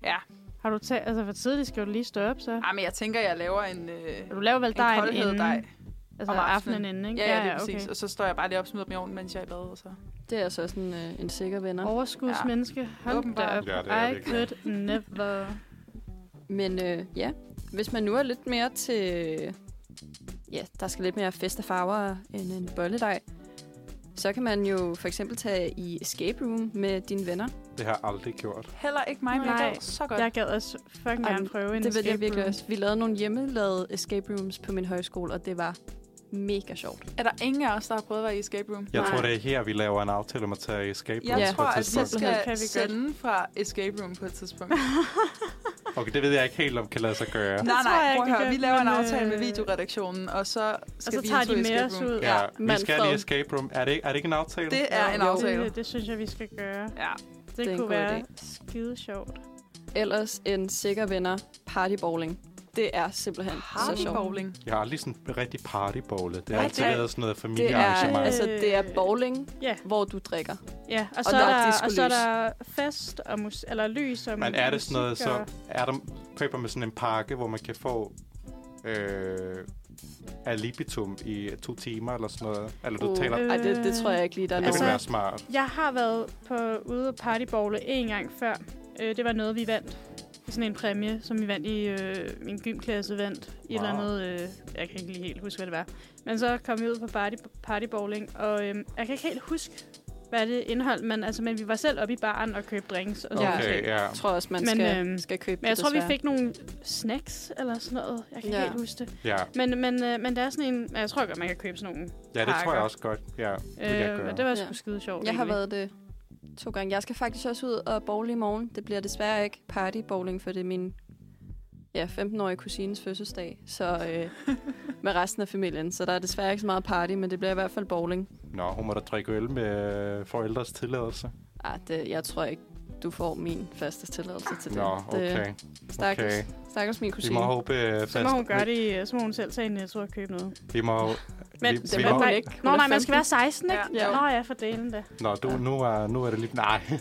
S3: Ja,
S4: Har du tænkt, altså for tidligt skal du lige stå op, så?
S3: Ej, Ah, men jeg tænker, jeg laver en, øh,
S4: Og Du laver vel
S3: en
S4: dejen
S3: koldhed
S4: inden,
S3: dej.
S4: altså
S3: om aftenen.
S4: aftenen inden, ikke?
S3: Ja, ja, lige præcis. Og så står jeg bare lige op og smider dem i ovnen, mens jeg er i bad. og Så.
S2: det er altså sådan øh, en sikker venner.
S4: Overskudsmenneske, hold da
S3: Åbenbart.
S4: op.
S5: Ja, det er
S4: I
S5: virkelig.
S4: could never.
S2: Men øh, ja, hvis man nu er lidt mere til... Ja, der skal lidt mere fest og farver end en bolledej. Så kan man jo for eksempel tage i escape room med dine venner.
S5: Det har jeg aldrig gjort.
S3: Heller ikke mig, men jeg
S4: Nej.
S3: gad så godt.
S4: Jeg gad også fucking
S2: Ej,
S4: gerne prøve en
S2: det vil jeg
S4: escape
S2: virkelig
S4: room.
S2: også. Vi lavede nogle hjemmelavede escape rooms på min højskole, og det var mega sjovt.
S3: Er der ingen af os, der har prøvet at være i escape room?
S5: Jeg
S2: Nej.
S5: tror, det er her, vi laver en aftale om at tage escape
S3: Jeg
S5: rooms
S2: Ja,
S3: tror,
S5: på et
S3: at vi
S5: tidspunkt.
S2: Simpelthen
S3: skal
S4: kan vi godt.
S3: sende fra escape room på et tidspunkt. nej,
S5: Okay, det ved jeg ikke helt, om kan lade sig gøre.
S4: tror jeg
S3: nej, prøv
S4: ikke,
S3: at høre. Vi
S4: vi kan,
S3: laver en
S4: men,
S3: aftale med
S4: øh,
S3: videoredaktionen, og så skal
S4: Og så
S3: vi
S4: tager
S3: en tur
S4: de
S3: i
S4: med
S3: escape
S4: os
S3: room.
S4: ud.
S5: Ja, vi
S2: Manfred.
S5: skal i escape room. Er det, ikke- er det ikke en aftale?
S3: Det er en
S2: Jo.
S3: aftale.
S4: Det, det synes jeg, vi skal gøre.
S3: Ja,
S4: Det,
S2: er
S4: det
S2: en
S4: kunne
S2: god
S4: være skide sjovt.
S2: Ellers en sikker venner party bowling. Det er simpelthen så
S3: party
S2: sjovt.
S3: bowling.
S5: Jeg har aldrig sådan rigtig partybowle. Det har
S3: Nej,
S5: altid
S3: det-
S5: været sådan noget
S2: Det er,
S5: familiearrangement.
S2: altså, det er bowling,
S4: Ja,
S2: hvor du drikker.
S4: ja. Og, så
S2: der
S4: er
S2: er
S4: der, og
S2: discolys.
S4: så er der fest og mus- eller lys og
S5: Men er det sådan noget,
S4: musik
S5: så
S4: og-
S5: er der køber med sådan en pakke, hvor man kan få øh, alibitum i to timer eller sådan noget? Eller du
S2: Uh,
S5: taler...
S2: Ej, det, det tror jeg ikke lige, der er
S5: det
S4: altså-
S5: altså,
S2: nogen.
S5: vil
S2: af.
S5: være smart.
S4: Jeg har været på ude og partybowle en gang før. Øh, det var noget, vi vandt. Sådan en præmie, som vi vandt i øh, min gymklasse vandt. Wow. Et eller
S5: Wow.
S4: andet, øh, jeg kan ikke lige helt huske, hvad det var. Men så kom vi ud på party, partybowling, og øh, jeg kan ikke helt huske, hvad det indholdt, men, altså, men vi var selv oppe i baren og købte drinks. Og sådan
S2: Ja.
S4: nogle ting.
S5: Okay, ja.
S2: Jeg tror også, man
S4: Men,
S2: skal,
S4: øhm,
S2: skal købe
S4: Men jeg
S2: det,
S4: tror, vi
S2: desværre.
S4: fik nogle snacks eller sådan noget. Jeg kan ja.
S2: Ja.
S4: ikke helt huske det.
S5: ja.
S4: Men, men, øh, men der er sådan en... Jeg tror godt, man kan købe sådan nogle.
S5: Ja, det tror
S4: Pakker.
S5: jeg også godt. Ja, det vil jeg
S4: Øh,
S5: gøre.
S4: men det var sgu
S2: Ja.
S4: skide sjovt.
S2: Jeg har
S4: egentlig.
S2: været det to gange. Jeg skal faktisk også ud og bowle i morgen. Det bliver desværre ikke party bowling, for det er min ja, 15-årige kusines fødselsdag. Så øh, med resten af familien. Så der er desværre ikke så meget party, men det bliver i hvert fald bowling.
S5: Nå, hun må da drikke øl med øh, forældres tilladelse.
S2: Ah, det, jeg tror ikke, du får min faste tilladelse til det.
S5: Nå, okay.
S2: Det, stakkels,
S5: okay.
S2: stakkels min
S5: Vi
S2: kusine.
S5: må håbe... øh,
S4: Så må
S5: fast-
S4: hun gøre det, i- så må hun selv tage i Netto og øh, købe noget.
S5: Vi må...
S4: Men-
S5: vi,
S2: Den
S5: vi
S2: er
S5: må,
S2: hun
S4: nej.
S2: ikke. Hun
S4: Nå,
S2: er
S4: nej, man
S2: 15.
S4: skal være 16, ikke?
S2: Ja.
S4: Ja. Nå ja, for delen da.
S5: Nå, du, nu, er, nu er det lige... Nej, jeg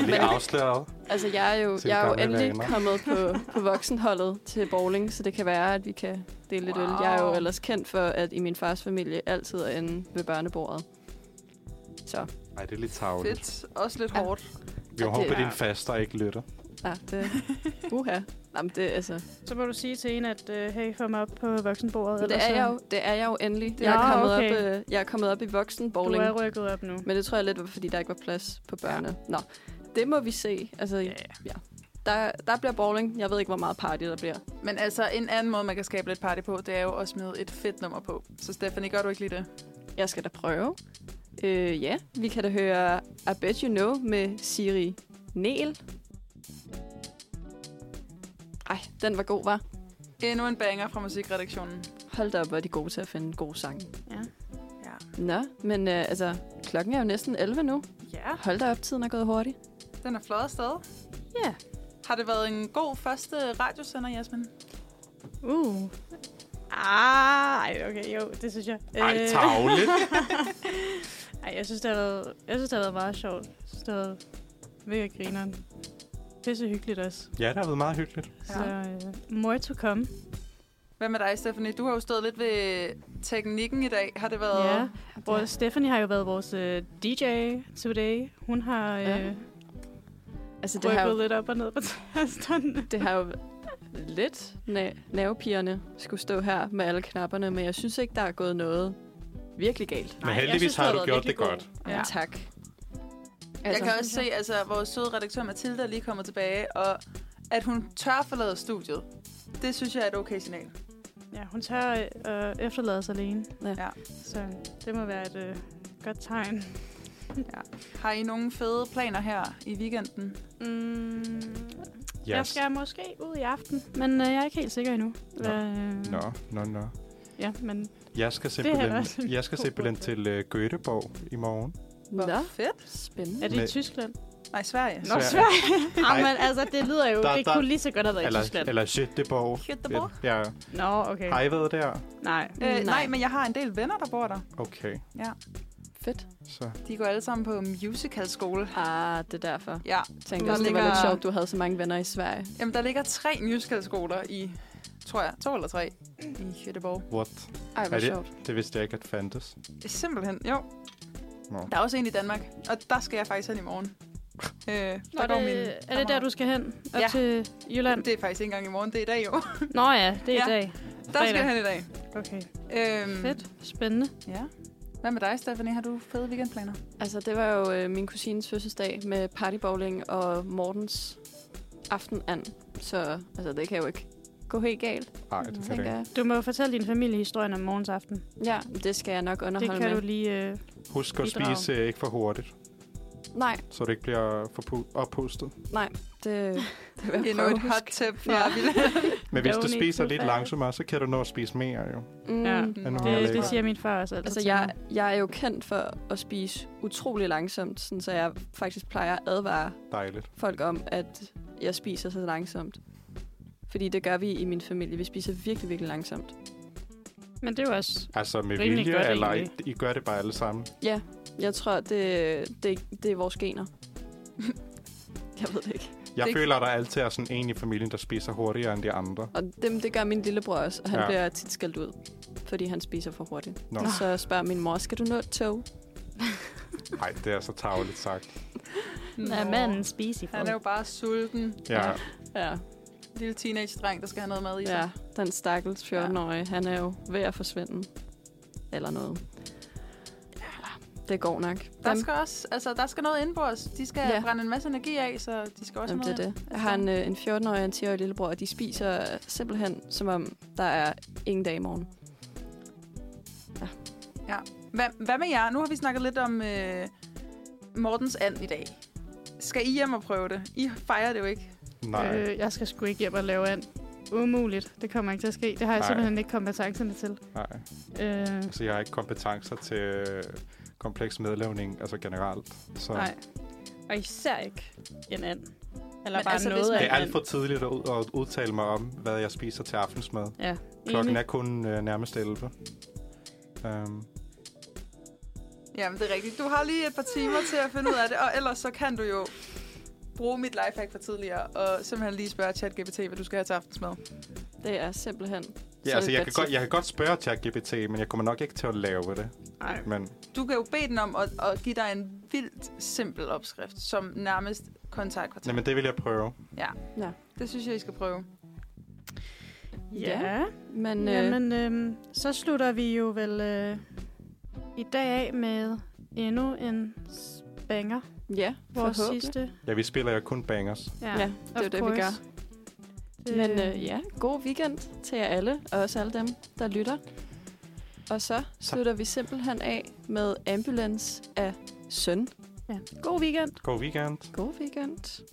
S5: er lige afsløret.
S2: Altså, jeg er jo,
S5: Til
S2: jeg er jo
S5: gamle
S2: endelig
S5: vaner.
S2: kommet på, på voksenholdet til bowling, så det kan være, at vi kan dele lidt øl. Jeg er jo
S3: Wow.
S2: ellers kendt for, at i min fars familie altid er inde ved børnebordet. Så
S5: Nej, det er lidt tavligt.
S3: Fedt. Også lidt
S2: Ja.
S3: hårdt.
S5: Vi
S2: Og det
S5: håber,
S2: er-
S5: din faster ikke lytter.
S4: Øh.
S2: ja, det... Uha. Jamen, det, altså,
S4: Så må du sige til en, at øh, hey, få mig op på voksenbordet.
S2: det,
S4: ellers
S2: er
S4: så-
S2: jeg jo, det er jeg jo endelig.
S4: Nå,
S2: Jeg er kommet,
S4: okay.
S2: op, øh, jeg er kommet op i voksen
S4: Du
S2: bowling.
S4: er rykket op nu.
S2: Men det tror jeg lidt var, fordi der ikke var plads på børnene. Nå, det må vi se. Altså,
S3: Ja.
S2: ja. Der, der bliver bowling. Jeg ved ikke, hvor meget party der bliver.
S3: Men altså, en anden måde, man kan skabe lidt party på, det er jo at smide et fedt nummer på. Så Stephanie, gør du ikke lige det?
S2: Jeg skal da prøve. Øh, ja, vi kan da høre I Bet You Know med Siri Nel. Ej, den var god, var.
S3: Endnu en banger fra musikredaktionen.
S2: Hold da op, hvor er de gode til at finde gode sange.
S4: Ja.
S3: Ja.
S2: Nå, men øh, altså, klokken er jo næsten 11 nu.
S3: Ja,
S2: Hold da op, tiden er gået hurtigt.
S3: den er flot afsted.
S4: Ja.
S3: Har det været en god første radiosender, Jasmin?
S4: Uh. Ah, ej, okay, jo, det synes jeg.
S5: Ej,
S4: Øh,
S5: tavligt.
S4: Ej, jeg synes, det har været, jeg synes, det har været meget sjovt. Jeg synes, det har været mega grineren. Pisse hyggeligt også.
S5: ja, det har været meget hyggeligt.
S4: Ja. Så øh, more to come.
S3: Hvad med dig, Stephanie? Du har jo stået lidt ved teknikken i dag. Har det været...
S4: Ja. Hvor Stephanie har jo været vores øh, DJ today. Hun har øh,
S2: Ja.
S4: ja.
S2: Altså, det har,
S4: rykket
S2: jo,
S4: lidt op og ned på tasterne.
S2: det har jo lidt na- nervepigerne skulle stå her med alle knapperne, men jeg synes ikke, der er gået noget virkelig galt.
S5: Men heldigvis har du gjort det godt.
S4: Ja.
S2: Ja. Tak.
S3: Jeg kan også
S4: synes
S3: se, altså, vores søde redaktør Mathilde er lige kommet tilbage, og at hun tør forlade studiet. Det synes jeg er et okay signal.
S4: ja, hun tør øh, øh, efterlade sig alene.
S2: Ja.
S3: Ja.
S4: Så det må være et øh, godt tegn.
S3: Har I nogle fede planer her i weekenden?
S4: Mm,
S5: Yes.
S4: Jeg skal måske ud i aften, men øh, jeg er ikke helt sikker endnu. Hvad, øh,
S5: Nå, nå, nå.
S4: Ja, men
S5: Jeg skal
S4: er
S5: simpelthen,
S4: da også en
S5: jeg skal
S4: god
S5: simpelthen
S4: grund
S5: til uh, Göteborg i morgen.
S3: Hvor
S2: Nå,
S3: fedt.
S2: spændende.
S4: er det
S5: Med-
S4: i Tyskland?
S3: Nej, Sverige.
S5: Nå,
S4: Nå,
S5: Sverige.
S4: Sverige.
S5: Ej.
S4: Ah, men altså, det lyder jo...
S5: Der-
S4: det
S5: der-
S4: kunne lige så godt have været i
S5: Eller,
S4: Tyskland.
S5: eller Göteborg.
S3: Göteborg?
S5: Ja.
S4: Nå, okay.
S5: Har I været der?
S4: Nej.
S3: Øh, nej.
S2: Nej.
S3: men jeg har en del venner, der bor der.
S5: Okay,
S2: Fedt.
S5: så
S3: De går alle sammen på musicalskole.
S2: Ah, det er derfor.
S3: Ja,
S2: Jeg tænkte
S3: Der
S2: også, det var
S3: ligger-
S2: lidt sjovt, du havde så mange venner i Sverige.
S3: Jamen, der ligger tre musicalskoler i, tror jeg, to eller tre i Göteborg.
S5: what?
S2: Ej, hvor
S5: Er
S2: sjovt.
S5: Det vidste jeg ikke, at fandtes.
S3: Simpelthen, jo.
S5: Nå.
S3: Der er også en i Danmark, og der skal jeg faktisk hen i morgen. Øh, der
S4: Nå,
S3: går
S4: det,
S3: min
S4: er det der,
S3: kammerat.
S4: du skal hen?
S3: Ja.
S4: Op ja. til Jylland?
S3: Det er faktisk ikke engang i morgen, det er i dag jo.
S4: Nå ja, det er
S3: Ja.
S4: ja. i dag.
S3: Der skal
S4: Fredag.
S3: jeg hen i dag.
S4: Okay.
S3: Øhm,
S4: Fedt. Spændende.
S3: Ja. Hvad med dig, Stephanie? Har du fede weekendplaner?
S2: Altså, det var jo øh, min kusines fødselsdag med partybowling og Mortens aftenand. Så altså, det kan jo ikke gå helt galt,
S5: Nej, det kan det
S2: tænker
S5: ikke.
S2: jeg.
S4: Du må jo fortælle din familie historien om morgens aften.
S2: Ja, det skal jeg nok
S4: Det
S2: underholde
S4: kan du
S2: med.
S4: lige... Øh,
S5: Husk at
S4: Bidrag.
S5: spise øh, ikke for hurtigt,
S2: Nej,
S5: så du ikke bliver forpu- oppustet.
S2: det, det vil jeg
S3: Endnu
S2: prøve
S3: et
S2: at
S3: hot
S2: huske.
S3: tip fra
S2: Ja.
S3: ja.
S5: Men hvis du
S4: Don't eat
S5: spiser
S4: too
S5: lidt
S4: fast.
S5: langsommere, så kan du nå at spise mere jo.
S2: Mm.
S4: Ja.
S5: Er nu
S4: det,
S5: lækkert.
S4: det siger min far også altid
S2: Altså,
S4: til
S2: jeg,
S4: mig.
S2: jeg er jo kendt for at spise utrolig langsomt, sådan, så jeg faktisk plejer at advare
S5: Dejligt.
S2: folk om, at jeg spiser så langsomt. Fordi det gør vi i min familie. Vi spiser virkelig, virkelig langsomt.
S4: Men det er jo også...
S5: Altså med
S4: Rimelig
S5: vilje,
S4: godt,
S5: eller I,
S4: egentlig.
S5: I gør det bare alle sammen.
S2: Ja, jeg tror, det, det, det er vores gener. jeg ved det ikke.
S5: Jeg
S3: Det-
S5: det... føler, der altid er sådan en i familien, der spiser hurtigere end de andre.
S2: Og dem, det gør min lillebror også, og han
S5: Ja.
S2: ja. bliver tit skældt ud, fordi han spiser for hurtigt.
S5: Nå,
S2: Og så spørger min mor, skal du nå et tog?
S5: nej, det er så tageligt sagt.
S4: Ja, manden spiser for.
S3: Han er jo bare sulten.
S5: Ja,
S2: Ja,
S3: Lille teenage-dreng, der skal have noget mad i sig.
S2: ja. den stakkels 14-årige, han er jo ved at forsvinde. Eller noget. Det går nok.
S3: Der
S2: Dem-
S3: skal også, altså, der skal noget indbords. De skal
S2: Ja.
S3: ja. brænde en masse energi af, så de skal også
S2: Jamen, det
S3: have
S2: er
S3: noget
S2: det. Jeg har en, øh, en 14-årig og en 10-årig lillebror, og de spiser øh, simpelthen, som om der er ingen dag i morgen.
S3: ind. Hvad, hvad med jer? Nu har vi snakket lidt om øh, Mortens and i dag. Skal I hjem og prøve det? I fejrer det jo ikke.
S5: nej. Øh...
S4: Øh, jeg skal sgu ikke hjem og lave an. Umuligt. Det kommer ikke til at ske. Det har jeg
S5: Nej.
S4: simpelthen ikke kompetencerne til.
S5: nej.
S4: Øh,
S5: Altså, jeg har ikke kompetencer til øh, kompleks medlavning, altså generelt. Så
S4: nej. Og især ikke en and. Eller
S3: Men
S4: bare
S3: altså, hvis
S4: noget
S3: man-
S4: af
S5: det
S4: en
S5: er alt
S4: and.
S5: for tidligt at, ud- at udtale mig om, hvad jeg spiser til aftensmad.
S4: Ja,
S5: Klokken
S4: enig.
S5: er kun øh, nærmest 11. Um,
S3: Jamen, det er rigtigt. Du har lige et par timer til at finde ud af det, og ellers så kan du jo bruge mit lifehack fra tidligere, og simpelthen lige spørge ChatGPT, hvad du skal have til aftensmad.
S2: Det er simpelthen...
S5: ja,
S2: så
S5: altså,
S2: et
S5: jeg
S2: godt
S5: kan,
S2: tip.
S5: godt, jeg kan godt spørge ChatGPT, men jeg kommer nok ikke til at lave det.
S3: Nej.
S5: Men
S3: Du kan jo bede den om at, at give dig en vildt simpel opskrift, som nærmest kontaktkvartal.
S5: jamen, det vil jeg prøve.
S3: Det synes jeg, I skal prøve.
S2: Ja.
S4: ja.
S2: Men øh,
S4: Jamen, øh, så slutter vi jo vel øh, i dag af med endnu en banger.
S2: ja,
S4: Vores
S2: forhåbentlig.
S4: sidste.
S5: Ja, vi spiller jo kun bangers.
S2: Ja, det er
S4: of
S2: jo det, vi gør.
S4: course.
S2: Men øh, ja, god weekend til jer alle, og også alle dem, der lytter. Og så slutter vi simpelthen af med Ambulance af Søn.
S4: ja. God weekend.
S5: God weekend.
S2: God weekend.